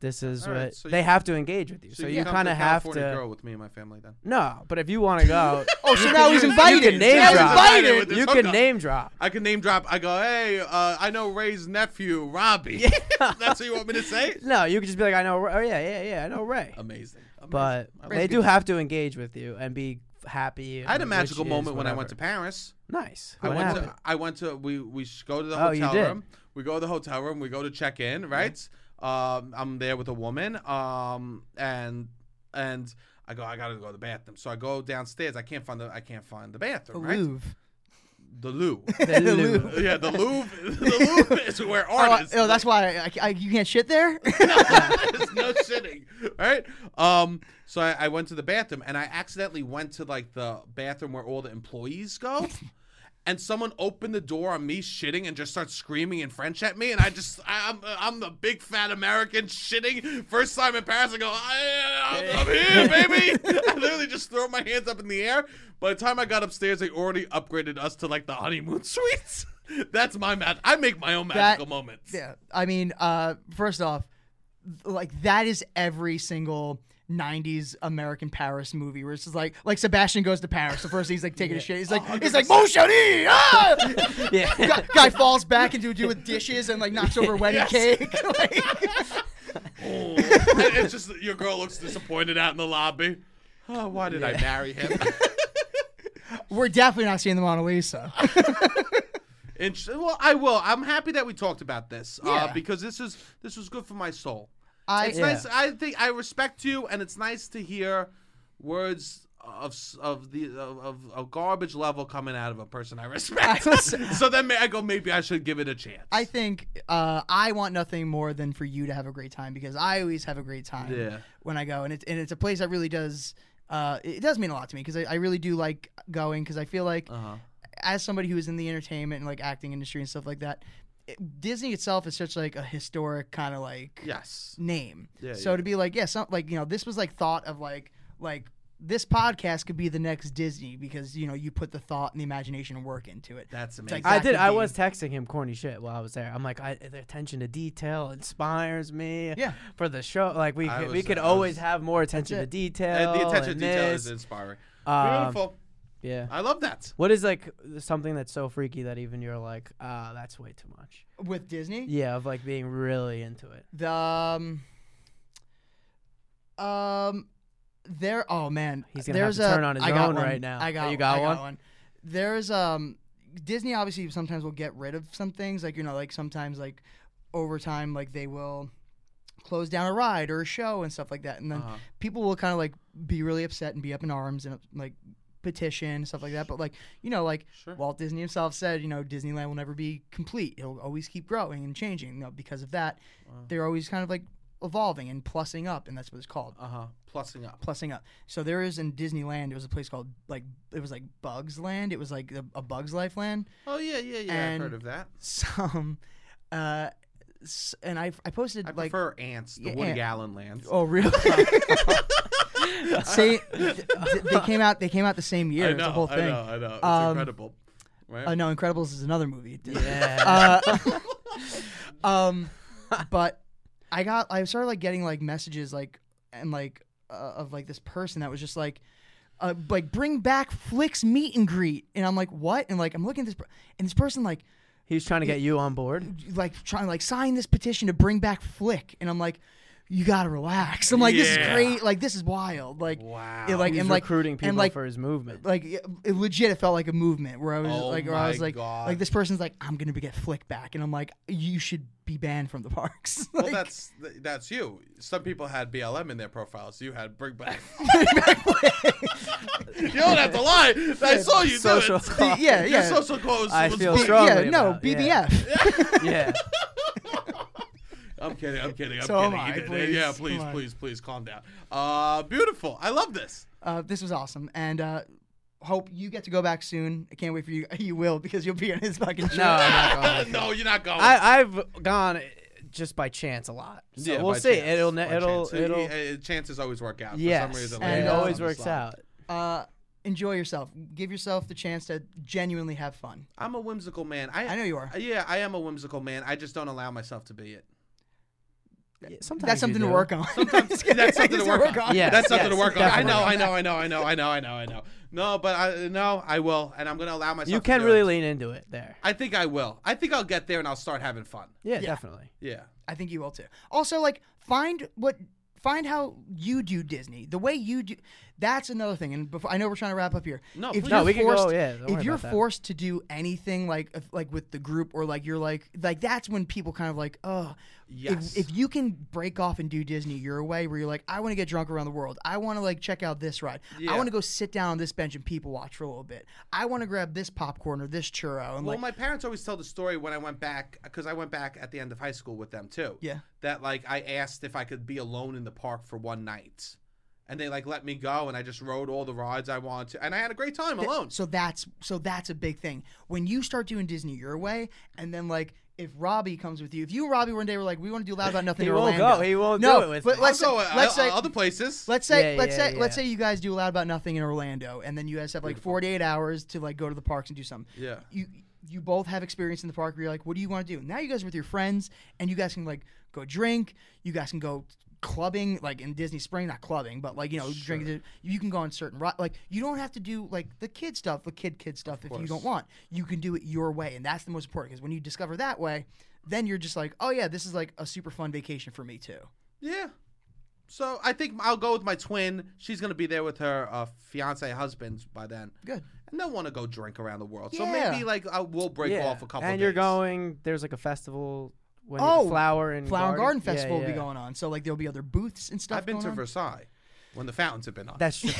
this is All what right, so they you- have to engage with you. So, you, come kind to of have to. California Girl with me and my family then. No, but if you want to go, oh, so now he's you- you invited. you can So name now he's drop. invited. Invited with this you can hookup. name drop. I can name drop. I go, hey, uh, I know Ray's nephew, Robbie. That's what you want me to say? No, you can just be like, I know. Ray- Oh yeah, yeah, yeah, I know Ray. Amazing. Amazing. But I like they it. do have to engage with you and be happy. I had a which magical is moment when I went to whatever. Paris. Nice. I What went happened? to I went to we we sh- go to the Oh, you hotel did. room. We go to the hotel room. We go to check in. Right. Um, I'm there with a woman. Um, and and I go. I gotta go to the bathroom. So I go downstairs. I can't find the I can't find the bathroom. right. Louvre. The loo. The The Louvre. Louvre. yeah. The Louvre. The Louvre is where Oh, I- artists. oh, that's why I, I, you can't shit there. There's no shitting. All right. Um. So I, I went to the bathroom and I accidentally went to like the bathroom where all the employees go. And someone opened the door on me shitting and just starts screaming in French at me, and I just I, I'm I'm the big fat American shitting first time in Paris. I go I, I'm, I'm here, baby. I literally just throw my hands up in the air. By the time I got upstairs, they already upgraded us to like the honeymoon suites. That's my match. I make my own magical moments. yeah. I mean, uh, first off, like that is every single. 90s American Paris movie where it's just like like Sebastian goes to Paris. The first thing he's like taking a shit. He's like he's like Mon chéri, ah! Yeah. guy, guy falls back into a dude with dishes and like knocks over wedding Yes. cake. like, Oh. And it's just that your girl looks disappointed out in the lobby. Oh, why did I marry him? we're definitely not seeing the Mona Lisa. and she- well, I will. I'm happy that we talked about this uh, Yeah. because this is this was good for my soul. I, It's nice. I think I respect you, and it's nice to hear words of s- of the of, of, of garbage level coming out of a person I respect. so then may, I go. Maybe I should give it a chance. I think uh, I want nothing more than for you to have a great time because I always have a great time Yeah. when I go, and it's and it's a place that really does. Uh, it does mean a lot to me because I, I really do like going because I feel like uh-huh. as somebody who is in the entertainment and like acting industry and stuff like that, it- Disney itself is such like a historic kind of like Yes. name. Yeah, so yeah. to be like, yeah, some, like you know, this was like thought of like like this podcast could be the next Disney because you know you put the thought and the imagination and work into it. That's It's like amazing. I did. that I could be- was texting him corny shit while I was there. I'm like, I, the attention to detail inspires me. Yeah. For the show, like we I could, we was- uh, could I always was- have more attention to it. detail. And the attention to and detail is this. inspiring. Um, Beautiful. Yeah. I love that. What is like something that's so freaky that even you're like, ah, that's way too much. with Disney. Yeah, of like being really into it. The um, um, there. Oh man, He's gonna have there's to a- turn on his I got own one. right now. I got. Oh, you got I one? There's um, Disney obviously sometimes will get rid of some things. Like you know, like sometimes like over time, like they will. close down a ride or a show and stuff like that. And then Uh-huh. people will kind of like be really upset and be up in arms and like petition stuff like that. But like you know, like Sure. Walt Disney himself said, you know, Disneyland will never be complete. It'll always keep growing and changing. You know, because of that, Wow. they're always kind of like evolving and plussing up, and that's what it's called. Uh huh. Plussing up. Plussing up. So there is in Disneyland. It was a place called like it was like Bugs Land. It was like a, a Bugs Life Land Oh yeah, yeah, yeah. And- I've heard of that. some uh s- and i i posted I like prefer ants, the Yeah, Woody ant. Allen lands. oh really Say, th- th- they came out they came out the same year I it's know, a whole I thing know, I know. It's Um, incredible. Right? uh, no incredibles is another movie Yeah. uh, um but i got i started like getting like messages like and like uh, of like this person that was just like uh, like bring back flicks meet and greet and i'm like what and like i'm looking at this per- and this person like he was trying to get you on board. like trying like sign this petition to bring back Flick, and I'm like, you gotta relax. I'm like, this is Yeah. great. Like this is wild. Like wow. it like He was and like recruiting people and like for his movement. like it, it legit. It felt like a movement where I was Oh like, where I my was like, God. like this person's like, I'm gonna be- get Flick back, and I'm like, you should be banned from the parks. like, well, that's th- that's you. Some people had BLM in their profiles. You had bring back. you don't have to lie. I saw you Social do it. cause. yeah, Your yeah. social cause I was feel B- strong. yeah, strongly no, about- BBF. yeah. yeah. I'm kidding. I'm kidding. I'm So am kidding. You I, did it. please. Yeah, Come please, on. please, please calm down. Uh, beautiful. I love this. Uh, this was awesome, and uh, hope you get to go back soon. I can't wait for you. You will because you'll be on his fucking show. No, I'm not going. no, you're not going. I, I've gone just by chance a lot. So Yeah, we'll by see. chance, It'll by ne- it'll chance. it'll Uh, chances always work out. for yes, some reason. and Like, it Yeah. always I'm works slow. out. Uh, enjoy yourself. Give yourself the chance to genuinely have fun. I'm a whimsical man. I, I know you are. Yeah, I am a whimsical man. I just don't allow myself to be it. Yeah, Sometimes That's something to work on. Just kidding. that's something to Just work on. Yeah. That's something yes, to work on. I definitely. know, I know, I know, I know, I know, I know, I know. No, but I no, I will, and I'm gonna allow myself. You to can do really it. lean into it there. I think I will. I think I'll get there, and I'll start having fun. Yeah, definitely. Yeah. I think you will too. Also, like find what find how you do Disney. The way you do that's another thing. And before I know we're trying to wrap up here. No, if please. No, you're we can go- forced, yeah, don't if worry you're about that. forced to do anything like if, like with the group or like you're like like that's when people kind of like oh Yes. If, if you can break off and do Disney your way, where you're like I want to get drunk around the world. I want to like check out this ride. Yeah. I want to go sit down on this bench and people watch for a little bit. I want to grab this popcorn or this churro and Well, like my parents always tell the story when I went back because I went back at the end of high school with them too. Yeah. That like I asked if I could be alone in the park for one night, and they like let me go, and I just rode all the rides I wanted to, and I had a great time alone. So that's so that's a big thing. When you start doing Disney your way, and then like if Robbie comes with you, if you and Robbie one day were like, we want to do Loud About Nothing. He in won't Orlando. go. He won't no, do it with but me. let's I'll go say, uh, let's uh, say other places. let's say Yeah, let's yeah, say let's yeah. say you guys do Loud About Nothing in Orlando, and then you guys have like 48 hours to like go to the parks and do something. Yeah. You you both have experience in the park. Where you're like, what do you want to do? Now you guys are with your friends, and you guys can like go drink. You guys can go clubbing like in Disney Spring, not clubbing, but like you know, drinking. You can go on certain ri- like you don't have to do like the kid stuff, the kid kid stuff if you don't want. You can do it your way, and that's the most important because when you discover that way, then you're just like, oh yeah, this is like a super fun vacation for me too. Yeah. So I think I'll go with my twin. She's gonna be there with her uh, fiance husband by then, Good. and they'll want to go drink around the world. So Yeah. maybe like I will break yeah. off a couple. and you're days. going. There's like a festival. When Oh, flower and Flower and Garden garden, Yeah, Festival will be yeah. going on, so like there'll be other booths and stuff. I've been going to on. Versailles when the fountains have been on. That's true.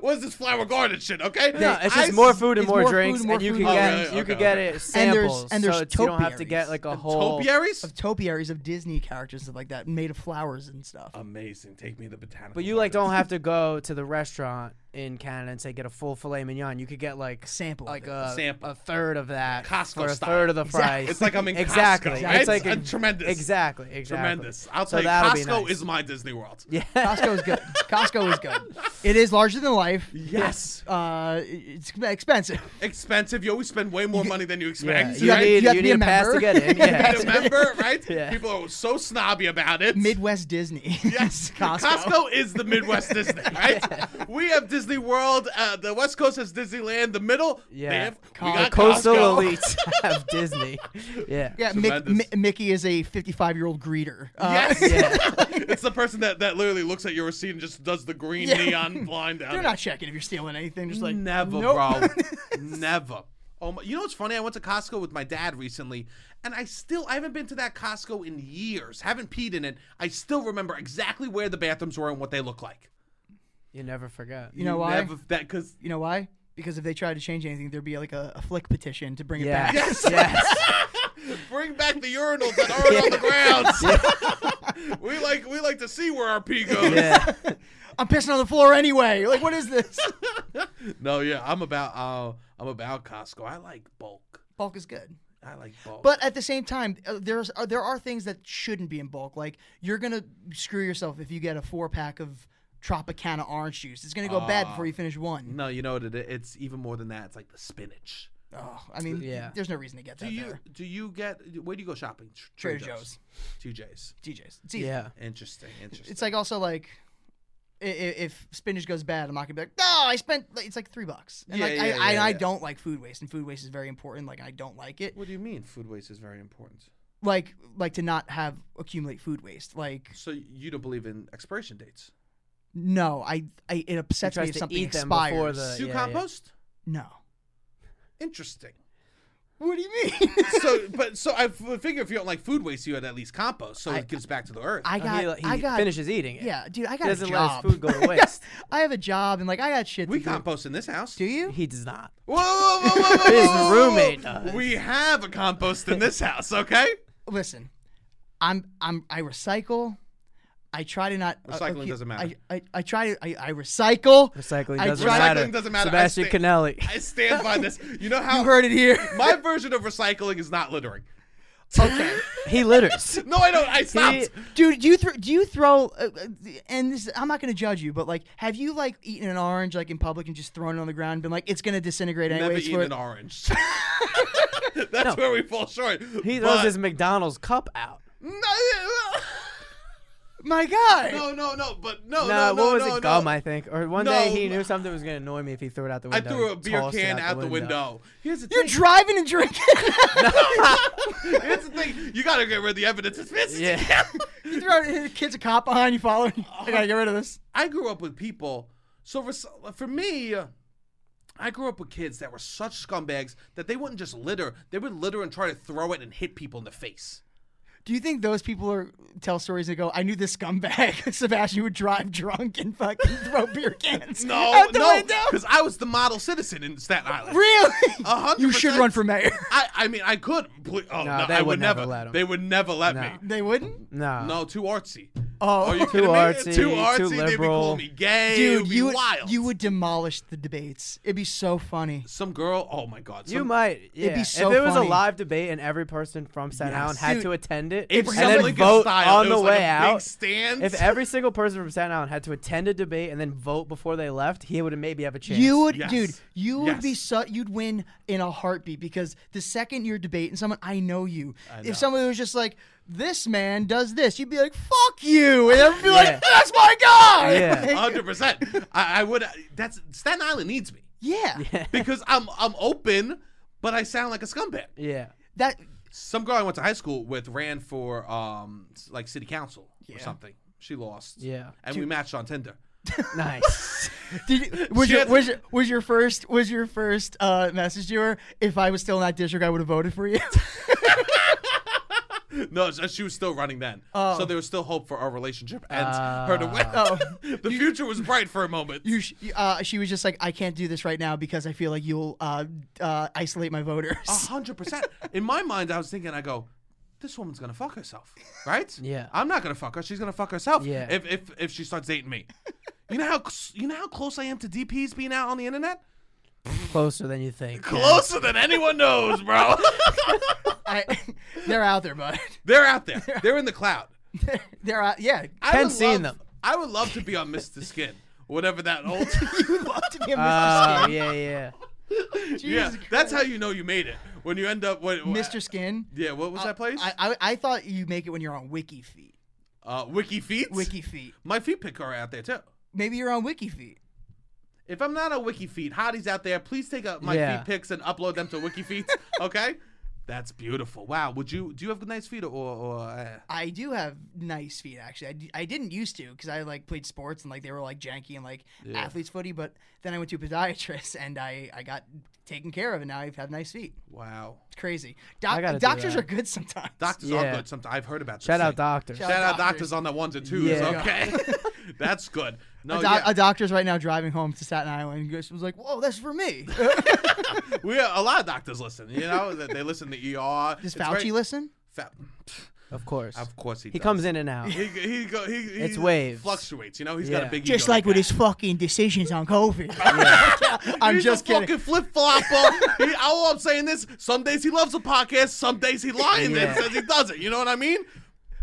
What's this flower garden shit? Okay. No, it's I just more s- food and it's more, more food drinks, and more and you food can and get more drinks. you can Okay, get okay. it And there's- samples, and there's so it's- you don't have to get topiaries. like a whole. Topiaries. of topiaries of Disney characters and like that, made of flowers and stuff. Uh, Amazing. Take me to the botanical. But you like gardens. don't have to go to the restaurant in Canada and say get a full filet mignon. You could get like Sample of like uh, it. a, Sample. a third of that Costco for a style. third of the Exactly. fries. It's like I'm in Costco, exactly. right? It's like Uh, in- tremendous. Exactly. Exactly. Tremendous. I'll so tell you, that'll be Costco nice. is my Disney World. yeah. Costco's good. Costco is good. It is larger than life. Yes. Uh, it's expensive. Expensive. You always spend way more money than you yeah. expect. You right? need you have to be you need a a pass member. to get in. You have Yeah. to Remember, right? Yeah. People are so snobby about it. Midwest Disney. Yes, Costco. Costco is the Midwest Disney, right? We have Disney World. Uh, the West Coast has Disneyland. The middle, Yeah. they have, we Costco. got Coastal Costco. elites have Disney. Yeah. Yeah, Mick, Mi- Tremendous. Mickey is a 55 year old greeter. Uh, Yes, Yeah. it's the person that, that literally looks at your receipt and just does the green Yeah. neon blind out. They're not checking if you're stealing anything. Just like never, nope. bro, never. Oh my, you know what's funny? I went to Costco with my dad recently, and I still I haven't been to that Costco in years. Haven't peed in it. I still remember exactly where the bathrooms were and what they look like. You never forget. You know why? Never, that because You know why? Because if they tried to change anything, there'd be like a, a flick petition to bring it back. Yes. yes. bring back the urinals that aren't on the grounds. we like we like to see where our pee goes. Yeah. I'm pissing on the floor anyway. Like, what is this? No, yeah, I'm about uh, I'm about Costco. I like bulk. Bulk is good. I like bulk. But at the same time, uh, there's uh, there are things that shouldn't be in bulk. Like you're gonna screw yourself if you get a four pack of Tropicana orange juice. It's gonna go bad before you finish one. no, you know what? It, it's even more than that. It's like the spinach. Oh, I mean, Yeah. there's no reason to get Do that you there. do you get where do you go shopping? Tr- Trader TJ's. DJs. It's easy. yeah. Interesting. Interesting. It's like also like. i- i- If spinach goes bad, I'm not gonna be like, no, I spent. like, It's like three bucks, and Yeah, like yeah, I, yeah, I, I yeah. don't like food waste, and food waste is very important. Like I don't like it, what do you mean? Food waste is very important. like like to not have accumulate food waste. Like So you don't believe in expiration dates? no, I, I it upsets me tries if to something eat them expires. before the- Uh, Do you yeah, yeah. compost? no, Interesting. what do you mean? so, but so I f- figure if you don't like food waste, you had at least compost, so it gives back to the earth. I got, he, he I got, finishes eating it. yeah, dude, I He got a doesn't let his job. food go to waste. I have a job, and like I got shit. we to do. compost in this house. Do you? he does not. Whoa, whoa, whoa, whoa, whoa, His whoa, roommate whoa. does. We have a compost in this house, okay? Listen, I'm, I'm, I recycle. I try to not uh, Recycling okay, doesn't matter. I, I, I try to, I, I recycle. Recycling I doesn't tried- matter. Recycling doesn't matter. I Sebastian sta- Canelli. I stand by this. You know You how heard it here. my version of recycling is not littering. okay, He litters. No, I don't. I stopped. dude, do you throw, do you throw? Uh, uh, and this, I'm not gonna judge you, but like, have you like eaten an orange like in public and just thrown it on the ground and been like, it's gonna disintegrate Never anyways? eaten for- an orange. That's where we fall short. He throws But- his McDonald's cup out. No, my God. no, no, no, but no, No, Oh, no, no, what was no, it? Gum, no. I think. Or one No, day he knew no. something was gonna annoy me if he threw it out the I window. threw He a beer tossed it can out, the window. Here's the You're thing. driving and drinking. Here's the thing. You gotta get rid of the evidence. It's missing. Yeah. you throw it, kid's a cop behind you, following. I gotta get rid of this. I grew up with people. So for, s- for me, I grew up with kids that were such scumbags that they wouldn't just litter. They would litter and try to throw it and hit people in the face. Do you think those people are tell stories that go, I knew this scumbag Sebastian would drive drunk and fucking throw beer cans No, out the no, window? because I was the model citizen in Staten Island. Really? A hundred You should percent. run for mayor. I, I mean, I could. Ple- oh no, No, they I would would never never. let 'em. They would never let No. me. They wouldn't. No. No, too artsy. Oh. Are you Too kidding me? artsy, Too too artsy. They'd be liberal. calling me gay. it Dude, would be you would wild. you would demolish the debates. It'd be so funny. Some girl. Oh my god. You some- might. Yeah. be so if it was funny. a live debate and every person from Staten Island had Dude, to attend it Abraham and then Lincoln vote style. on It the was way like a out, Big stand. if every single person from Staten Island had to attend a debate and then vote before they left, he would maybe have a chance. You would, Yes. dude. You would be Yes. so. You'd win in a heartbeat because the second you're debating someone, I know you. If someone was just like, "This man does this," you'd be like, "Fuck you," and everyone would be Yeah. like, "That's my guy." Yeah. Like, hundred percent. I, I would. That's Staten Island needs me yeah. because I'm I'm open, but I sound like a scumbag. Yeah. That Some girl I went to high school with ran for um s- like city council or Yeah. something. She lost. Yeah. And we matched on Tinder. Nice. did you, was She your has- was your, was your first was your first uh, message to her. If I was still in that district, I would have voted for you. No, so she was still running then. Oh. So there was still hope for our relationship and her Uh. to win. Oh. the future was bright for a moment. you, sh- uh, she was just like, "I can't do this right now because I feel like you'll uh, uh, isolate my voters." A hundred percent. In my mind, I was thinking, I go, this woman's gonna fuck herself, right? Yeah. I'm not gonna fuck her. She's gonna fuck herself. Yeah. If if if she starts dating me, you know how c- you know how close I am to DPs being out on the internet. Closer than you think. Closer than anyone knows, bro. I, they're out there, bud. They're out there. They're in the cloud. they're out. Yeah, I Ken's would seen love- them. I would love to be on Mr. Skin, whatever that old. You'd love to be a Mr. Oh, Skin. yeah, yeah. yeah, Jesus that's Christ. how you know you made it when you end up. When, Mr. Skin. Yeah, what was that place? Uh, I, I, I thought you make it when you're on Wiki Feet. uh, Wiki Feet. Wiki Feet. My feet picker are out there too. Maybe you're on Wiki Feet. If I'm not on WikiFeet, hotties out there, please take up my Yeah. feet pics and upload them to WikiFeet, okay? That's beautiful. Wow. Would you do you have nice feet or, or uh, I do have nice feet actually. I, d- I didn't used to because I like played sports and like they were like janky and like Yeah. athlete's footy. But then I went to a podiatrist and I, I got taken care of and now I have nice feet. wow? It's crazy. I gotta Doc- do doctors that. are good sometimes. Doctors are Yeah. good. Sometimes I've heard about. This Shout out thing. doctors. Shout- Shout out Doctors. doctors on the ones and twos. Yeah. Okay, that's good. No, a, doc- oh, yeah. a doctor's right now driving home to Staten Island. He goes- was like, "Whoa, that's for me." we a lot of doctors listen. You know, they they listen to ER. Does It's Fauci very- listen? Fa- Of course. of course he. He does. comes in and out. He, he, go, he, he It's waves. Fluctuates. You know, he's got a Yeah. big. Just ego like with that. his fucking decisions on COVID. I'm He's just a kidding. fucking flip flopper. he, all I'm saying is, some days he loves a podcast, some days he lying Yeah. and says he doesn't. You know what I mean?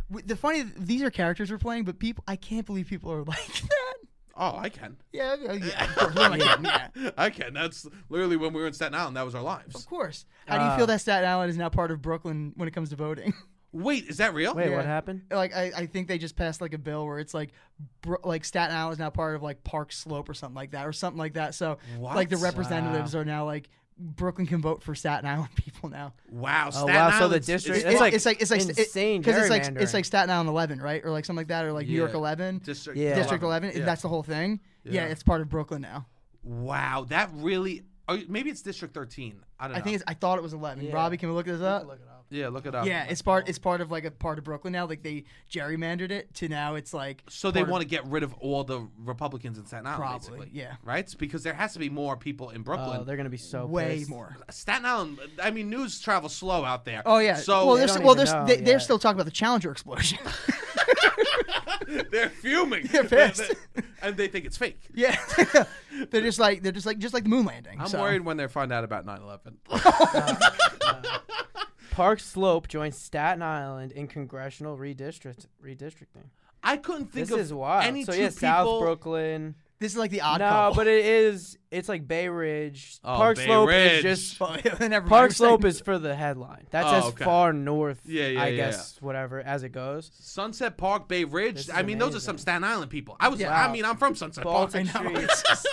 W- The funny, these are characters we're playing, but people, I can't believe people are like that. Oh, I can. Yeah, yeah, yeah, of course. What am Oh, I kidding? Yeah, I can. That's literally when we were in Staten Island. That was our lives. of course. How do you Uh, feel that Staten Island is now part of Brooklyn when it comes to voting? Wait, is that real? Wait, Yeah. what happened? like, I, I think they just passed like a bill where it's like, Bro- like Staten Island is now part of like Park Slope or something like that, or something like that. So, like the What? representatives are now like Brooklyn can vote for Staten Island people now. Wow. Oh, Staten wow, so the Island's- district- it's That's, It- like, it's like it's like it- insane 'cause it's like it's gerrymandering. like Staten Island 11, right, or like something like that, or like New York Yeah. 11, district, Yeah. District 11. Yeah. That's the whole thing. Yeah. Yeah. it's part of Brooklyn now. Wow, that really. Or maybe it's District 13. I don't know. I think it's, I thought it was 11. Yeah. Robbie, can we look this up? yeah, look Oh, it up. Yeah, it's part. It's part of like a part of Brooklyn now. Like they gerrymandered it to now it's like. So they part of- want to get rid of all the Republicans in Staten Island, Probably, basically. yeah. Right? It's because there has to be more people in Brooklyn. Oh, they're gonna be so way pissed. more. Staten Island. I mean, news travels slow out there. Oh yeah. So well, they're, they're, They s- don't well, even they're, s- know they, they're yet. still talking about the Challenger explosion. fuming. They're pissed. They- and they think it's fake. yeah, they're just like they're just like just like the moon landing. I'm so. worried when they find out about 9/11. Park Slope joins Staten Island in congressional redistrict redistricting. I couldn't think This of is wild. any So two yeah, people. South Brooklyn. This is like the odd No, couple. but it is. It's like Bay Ridge. Oh, Park Bay Slope Ridge. is just. But never mind. Park We're Slope saying- is for the headline. That's Oh, as okay. far north. Yeah, yeah, I yeah. guess whatever as it goes. Sunset Park, Bay Ridge. This is I mean, those are some amazing. Staten Island people. I was. Yeah. I mean, I'm from Sunset Baltic Park. I know. Street. It's just-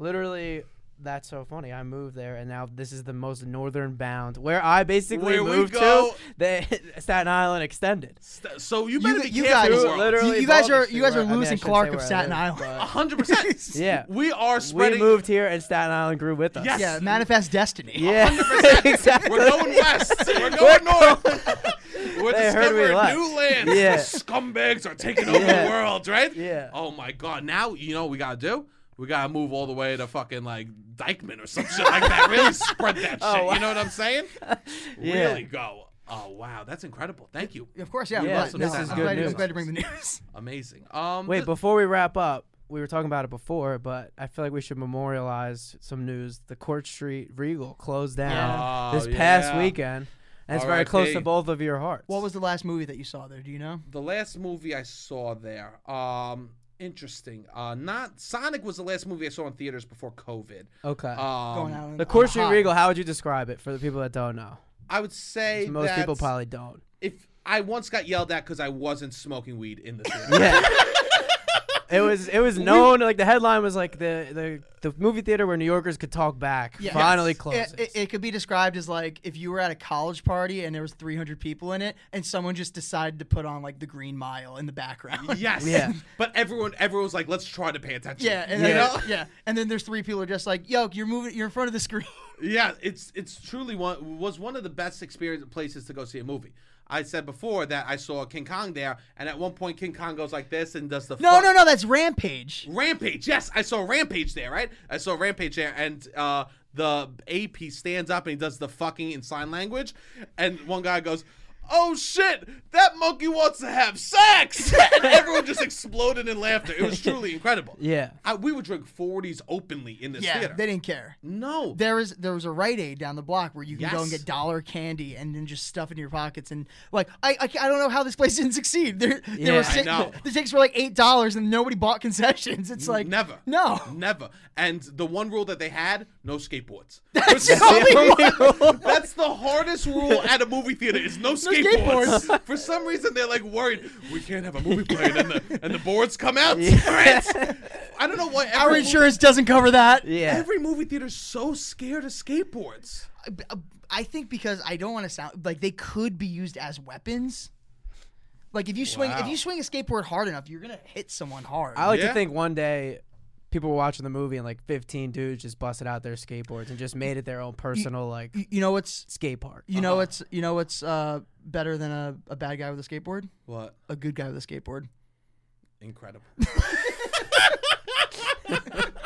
Literally, that's so funny. I moved there, and now this is the most northern bound where I basically Where we moved go- to. The Staten Island extended. St- So you better you, be you careful. guys, Dude, world. literally you, you guys Baltic are Street you guys where- are I mean, I Lewis and shouldn't Clark say of where I Staten live, Island. but- 100%. Yeah. We are We spreading. moved here, and Staten Island grew with us. Yes. Yeah, manifest destiny. Yeah. exactly. We're going west. We're going north. We're They heard we discovering left. new lands. Yeah. The scumbags are taking over Yeah. the world, right? Yeah. Oh my god. Now you know what we gotta do? We gotta move all the way to fucking like Dykeman or some shit like that. Really spread that Oh, shit. wow. You know what I'm saying? Yeah. Really go. Oh wow, that's incredible. Thank you. Of course, yeah. I'm Yeah, glad- so no, this is I'm good glad- news. I'm glad to bring the news. Amazing. Um Wait, th- before we wrap up, we were talking about it before, but I feel like we should memorialize some news. The Court Street Regal closed down Yeah. this Oh, past yeah. weekend, and it's very close to RIP. both of your hearts. What was the last movie that you saw there? Do you know? the last movie I saw there. Um interesting. Uh not Sonic was the last movie I saw in theaters before COVID. okay? Um, Going out. on- the on Court Street high. Regal. How would you describe it for the people that don't know? I would say Most people that's- probably don't. if I once got yelled at because I wasn't smoking weed in the theater. Yeah. It was it was known like the headline was like the, the, the movie theater where New Yorkers could talk back Yeah. finally Yes. closes. It, it, it could be described as like if you were at a college party and there was 300 people in it, and someone just decided to put on like the Green Mile in the background. Yes. Yeah. But everyone, everyone was like, "Let's try to pay attention." Yeah, and You then, know? yeah, and then there's three people who are just like, "Yo, you're moving, you're in front of the screen." yeah. It's it's truly one was one of the best experience places to go see a movie. I said before that I saw King Kong there, and at one point King Kong goes like this and does the No, fuck- no, no, that's Rampage. Rampage. Yes, I saw Rampage there, right? I saw Rampage there, and uh, the AP stands up and he does the fucking in sign language, and one guy goes. Oh shit! That monkey wants to have sex, and everyone just exploded in laughter. It was truly incredible. Yeah. I, we would drink 40s openly in this Yeah, theater. they didn't care. no, There is there was a Rite Aid down the block where you can go and Yes. get dollar candy and then just stuff in your pockets and like I I, ca- I don't know how this place didn't succeed. There, there Yeah. I were six, know. the tickets were like eight dollars and nobody bought concessions. It's like never, no. never. And the one rule that they had: no skateboards. That's the only one. That's the hardest rule at a movie theater: is no skateboards. skateboards. For some reason, they're like worried we can't have a movie playing, and the and the boards come out. I don't know why. Our every insurance doesn't cover that. Yeah. Every movie theater's so scared of skateboards. I- uh, I think because I don't want to sound like they could be used as weapons. Like if you swing if Wow. you swing a skateboard hard enough, you're gonna hit someone hard. I like Yeah. to think one day people were watching the movie and like 15 dudes just busted out their skateboards and just made it their own personal like you, you know what's skate park. you know what's you know what's uh, better than a, a bad guy with a skateboard? What? A good guy with a skateboard. Incredible.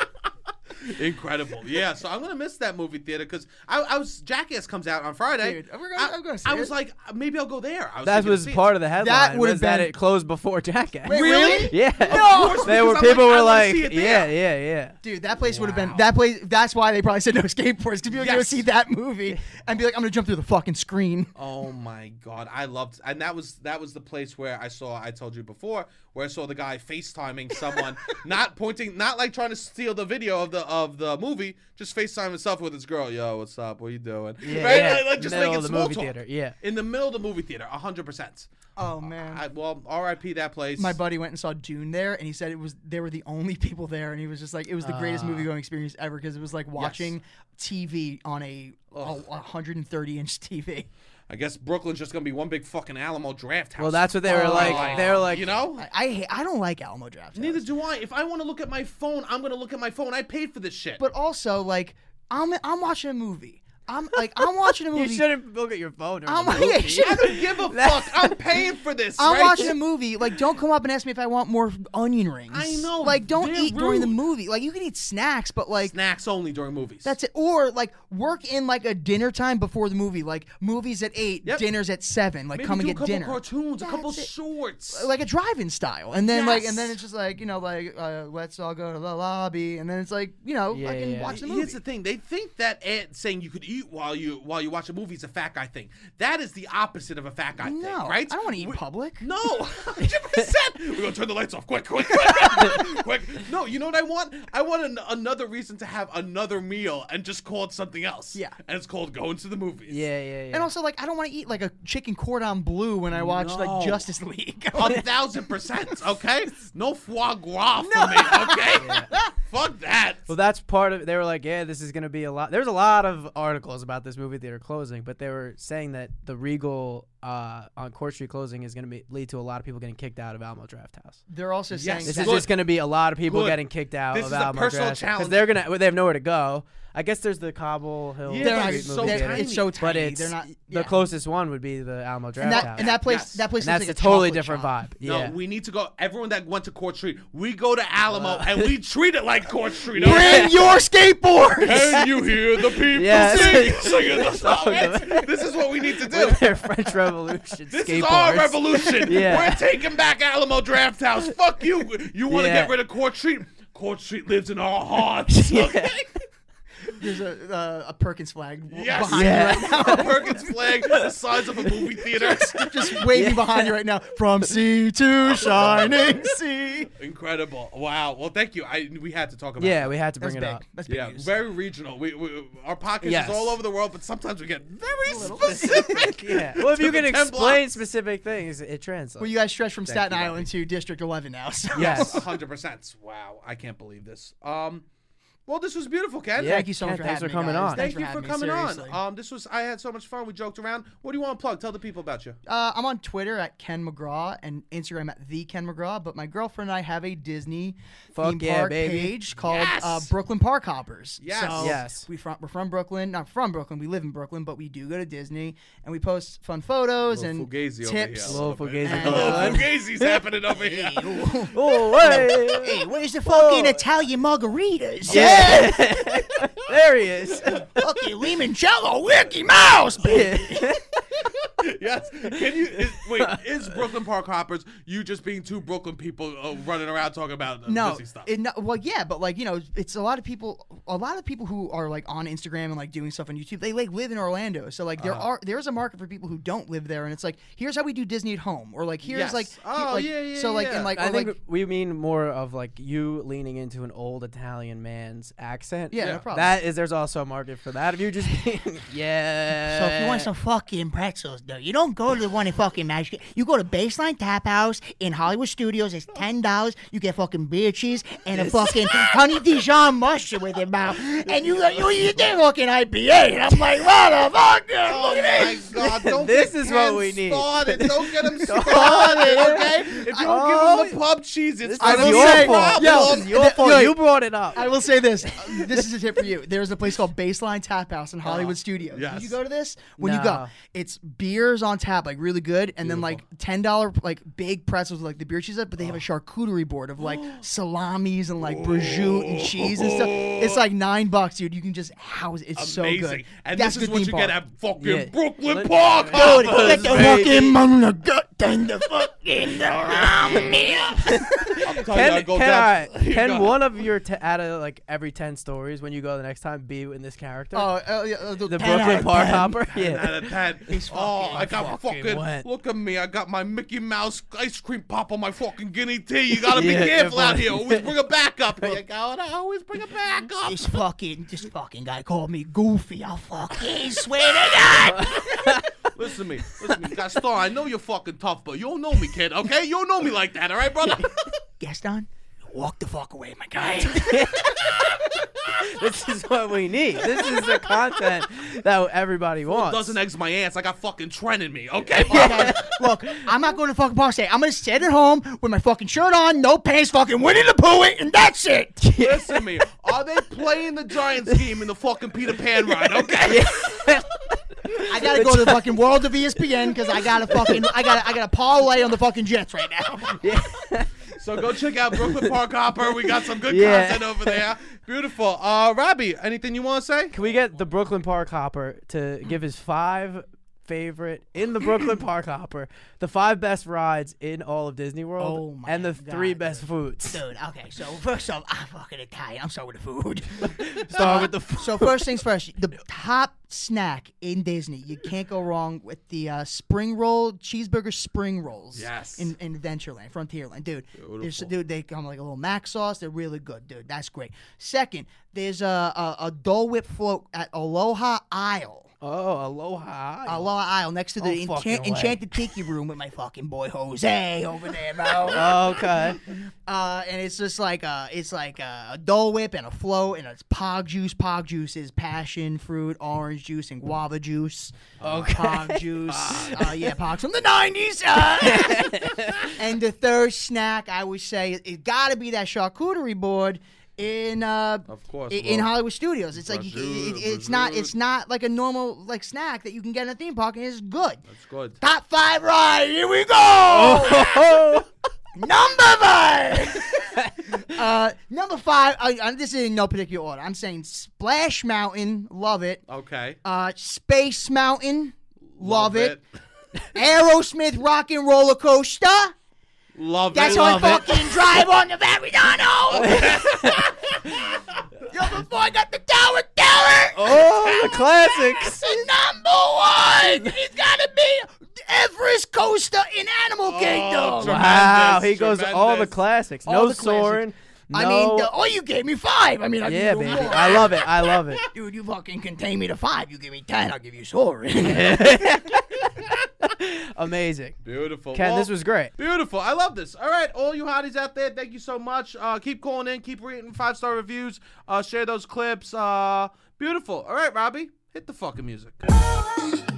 Incredible. Yeah, so I'm gonna miss that movie theater because I, I was Jackass comes out on Friday. Dude, we're gonna- I, I'm gonna see I was it. like, uh, maybe I'll go there. I was That was part of the headline. That would've was that been- it closed before Jackass. Wait, Really? Yeah. course, They were because I'm people like, I were wanna like, see it yeah, there. yeah, yeah. Dude, that place would have been Wow. that place. That's why they probably said no skateboards because people would go Yes. see that movie and be like, "I'm gonna jump through the fucking screen." Oh my god, I loved, and that was that was the place where I saw. I told you before, where I saw the guy FaceTiming someone, not pointing, not like trying to steal the video of the of the movie, just FaceTime himself with his girl. Yo, what's up? What you doing? Yeah, right? yeah. Like, like, just Middle making of the small movie talk. theater, yeah. Um, in the middle of the movie theater, hundred percent. Oh man, I, well, R.I.P. that place. my buddy went and saw Dune there, and he said it was they were the only people there, and he was just like, it was the Ah. greatest movie going experience ever because it was like watching TV on a, a 130 inch TV. I guess Brooklyn's just gonna be one big fucking Alamo draft house. Well, that's what they were Oh, like. They were like, you know. I I, hate- I don't like Alamo Draft. Neither do I. If I want to look at my phone, I'm gonna look at my phone. I paid for this shit. but also like I'm I'm watching a movie. I'm like I'm watching a you movie. shouldn't look at your phone. during I'm the like, movie. yeah, you I shouldn't- don't give a fuck. I'm paying for this. I'm right? watching a movie. Like, don't come up and ask me if I want more onion rings. I know, Like, don't they're eat during the rude. movie. Like, you can eat snacks, but like, snacks only during movies. that's it. Or like, work in like a dinner time before the movie. Like, movies at eight, Yep. dinners at seven. Like, Maybe come do and get a couple dinner. cartoons, a couple That's it. shorts. Like a drive-in style, and then like, Yes. and then it's just like you know, like uh, let's all go to the lobby, and then it's like you know, Yeah, I can yeah. watch the movie. Here's the thing: they think that ad saying you could eat while you while you watch a movie is a fat guy thing. That is the opposite of a fat guy no, thing, right? I don't want to eat in We- public. No, hundred percent. We're gonna turn the lights off, quick, quick, quick, quick. No, you know what I want? I want an, another reason to have another meal and just call it something else. Yeah. and it's called going to the movies. yeah, yeah, yeah. And also, like, I don't want to eat like a chicken cordon bleu when I watch No. like Justice League. A thousand percent, okay? No foie gras for me, okay? Fuck that. Well, that's part of. They were like, "Yeah, this is going to be a lot." There's a lot of articles about this movie theater closing, but they were saying that the Regal uh, on Court Street closing is going to be lead to a lot of people getting kicked out of Alamo Draft House. They're also saying Yes. This that is just going to be a lot of people Good. getting kicked out This of is a Alamo personal Draft challenge. because they're gonna well, they have nowhere to go. I guess there's the Cobble Hill Yeah, they're They're not, Street so movie they're- theater, it's so but tiny. it's they're not the yeah. closest one would be the Alamo Draft And that, House, and that place, Yes. that place, And that's looks like a totally chocolate different shop. vibe. No, Yeah, we need to go. Everyone that went to Court Street, we go to Alamo Uh. and we treat it like Court Street. okay? Bring your skateboard. Can you hear the people Yeah. sing? Singing the Song of songs. This is what we need to do. Oh, With their French Revolution This is our skateboards. revolution. Yeah. We're taking back Alamo Draft House. Fuck you. You want to Yeah. get rid of Court Street? Court Street lives in our hearts. Okay? There's a, uh, a Perkins flag w- Yes. behind Yeah. you right now. Perkins flag the size of a movie theater. Just waving behind you right now. From sea to shining sea. Incredible. Wow. Well, thank you. I we had to talk about Yeah, that. we had to That's bring it big. up. That's big Yeah, news. very regional. We, we our podcast Yes. is all over the world, but sometimes we get very specific. Yeah. Well, if To you the can 10 explain blocks. specific things, it translates. Well, you guys stretch from Staten you, Bobby. Island to District 11 now. So. yes. hundred percent. Wow, I can't believe this. Um, well, this was beautiful, Ken. Yeah, Thank you so much Ken, for thanks having for me, coming guys. on. Thank you Thanks for having me, coming seriously. on. Um, this was I had so much fun. We joked around. What do you want to plug? Tell the people about you. Uh, I'm on Twitter at Ken McGraw and Instagram at the Ken McGraw. But my girlfriend and I have a Disney Fuck theme yeah, park baby. page called Yes. uh, Brooklyn Park Hoppers. Yes. So Yes. We from, we're from Brooklyn, not from Brooklyn. We live in Brooklyn, but we do go to Disney and we post fun photos Little and fugazi over here. tips. Little Little fugazi bit. going Hello, on. fugazi's happening over here. Oh, hey. Hey, where's the fucking Italian margaritas? Yeah. there he is. fucking limoncello, Mickey Mouse. yes. Can you is, wait? Is Brooklyn Park Hoppers you just being two Brooklyn people uh, running around talking about uh, no, pussy stuff? it, no, well, yeah, but like you know, it's a lot of people. A lot of people who are like on Instagram and like doing stuff on YouTube, they like live in Orlando. So like Uh-huh. there are there is a market for people who don't live there, and it's like here's how we do Disney at home, or like here's Yes. like he- Oh, like, yeah, yeah, so like yeah. and like I or, think like, we mean more of like you leaning into an old Italian man's accent. yeah, Yeah. no problem. That is, there's also a market for that. If you just, being, yeah. fucking pretzels, though, you You don't go to the one in fucking Magic. You go to Baseline Tap House in Hollywood Studios. It's ten dollars. You get fucking beer cheese and a fucking honey Dijon mustard with your mouth, and you go, you you did fucking IPA, and I'm like, what the fuck? Oh Look at my this. God! Don't This get is Ken what we need. Started. Don't get him started, okay? If you Oh, don't give him the pub cheese, it's I gonna be will your say, problem. yo, this is your th- fault. yo, you brought it up. I will say this. This is a tip for you. There's a place called Baseline Tap House in Hollywood Studios. Uh, yes. Did you go to this? When you No. go, it's beers on tap, like really good, and then like ten dollar like big pretzels with like the beer cheese up, but Oh. they have a charcuterie board of like salamis and like prosciutto and cheese and stuff. It's like nine bucks, dude. You can just house it. It's so Amazing. good. And That's this is good what theme you park. get at fucking Yeah. Brooklyn Let- Park. Dude, Harbor. let the Baby. fucking man the gut and the fucking around me. I'm telling you, I Can, Oh, go can, down- I, You can got- one of your t- out of like every ten stories when you go the next time be in this character? Oh, uh, yeah, uh, the, the ten Brooklyn out of Park ten. Hopper. Out Yeah. of ten. Oh, I got fucking fucking. wet. Look at me. I got my Mickey Mouse ice cream pop on my fucking guinea tea. You gotta Yeah, be careful out definitely. here. Always bring a backup. You gotta always bring a backup. This fucking this fucking guy called me goofy. I fucking swear to God. Listen to me. Listen to me. Gaston, I know you're fucking tough, but you don't know me, kid, okay? You don't know me like that, all right, brother? Gaston, walk the fuck away, my guy. this is what we need. This is the content that everybody wants. Doesn't eggs my ass. I got fucking Trent in me, okay? Okay, Look, I'm not going to fucking bar state. I'm gonna sit at home with my fucking shirt on, no pants, fucking winning the poo it, and that's it. Listen to me. Are they playing the Giants game in the fucking Peter Pan ride, okay? I gotta go to the fucking world of E ESPN because I gotta fucking I gotta I gotta parlay on the fucking Jets right now. So go check out Brooklyn Park Hopper. We got some good Yeah. content over there. Beautiful. Uh, Robbie, anything you want to say? Can we get the Brooklyn Park Hopper to give his five favorite in the Brooklyn Park Hopper, the five best rides in all of Disney World, Oh my and the three God, best foods? Dude, okay, so first off, I'm fucking Italian. I'm sorry with the food. Uh, Start with the food. So first things first, the top snack in Disney. You can't go wrong with the uh, spring roll cheeseburger spring rolls. Yes. In, in Adventureland, Frontierland, dude. There's, dude, they come like a little mac sauce. They're really good, dude. That's great. Second, there's a a, a Dole Whip float at Aloha Isle. Oh, aloha. Aloha Isle next to the No fucking enchant- way. enchanted tiki room with my fucking boy Jose over there, bro. okay. Uh, and it's just like a, it's like a, a Dole Whip and a float, and it's Pog juice. Pog juice is passion fruit, orange juice, and guava juice. Okay. Pog juice. uh, yeah, Pog's from the nineties. Uh, and the third snack, I would say, it, got to be that charcuterie board in. Uh, Of course, i- in bro. Hollywood Studios, it's like you, it, it- it's not it's not like a normal like snack that you can get in a theme park, and it's good. It's good. Top five ride. Here we go. Oh, Number five. uh, number five. Uh, uh, this is in no particular order. I'm saying Splash Mountain, love it. Okay. Uh, Space Mountain, love, it. Aerosmith Rock and Roller Coaster. Love That's it. how I Love it. fucking drive on the Verridano. Yo, before I got the Tower Tower. oh, the classics. The number one. It's gotta be Everest Coaster in Animal Kingdom. tremendous, Wow, he goes to all the tremendous. classics. All no the classics. soaring. No, I mean, the, oh, you gave me five. I mean, I yeah, give you baby. More. I love it. I love it. Dude, you fucking contain me to five. You give me ten, I'll give you soaring. Amazing. Beautiful. Ken, this Well, was great. Beautiful. I love this. All right, all you hotties out there, thank you so much. Uh, keep calling in, keep reading five star reviews, uh, share those clips. Uh, beautiful. All right, Robbie, hit the fucking music. Thank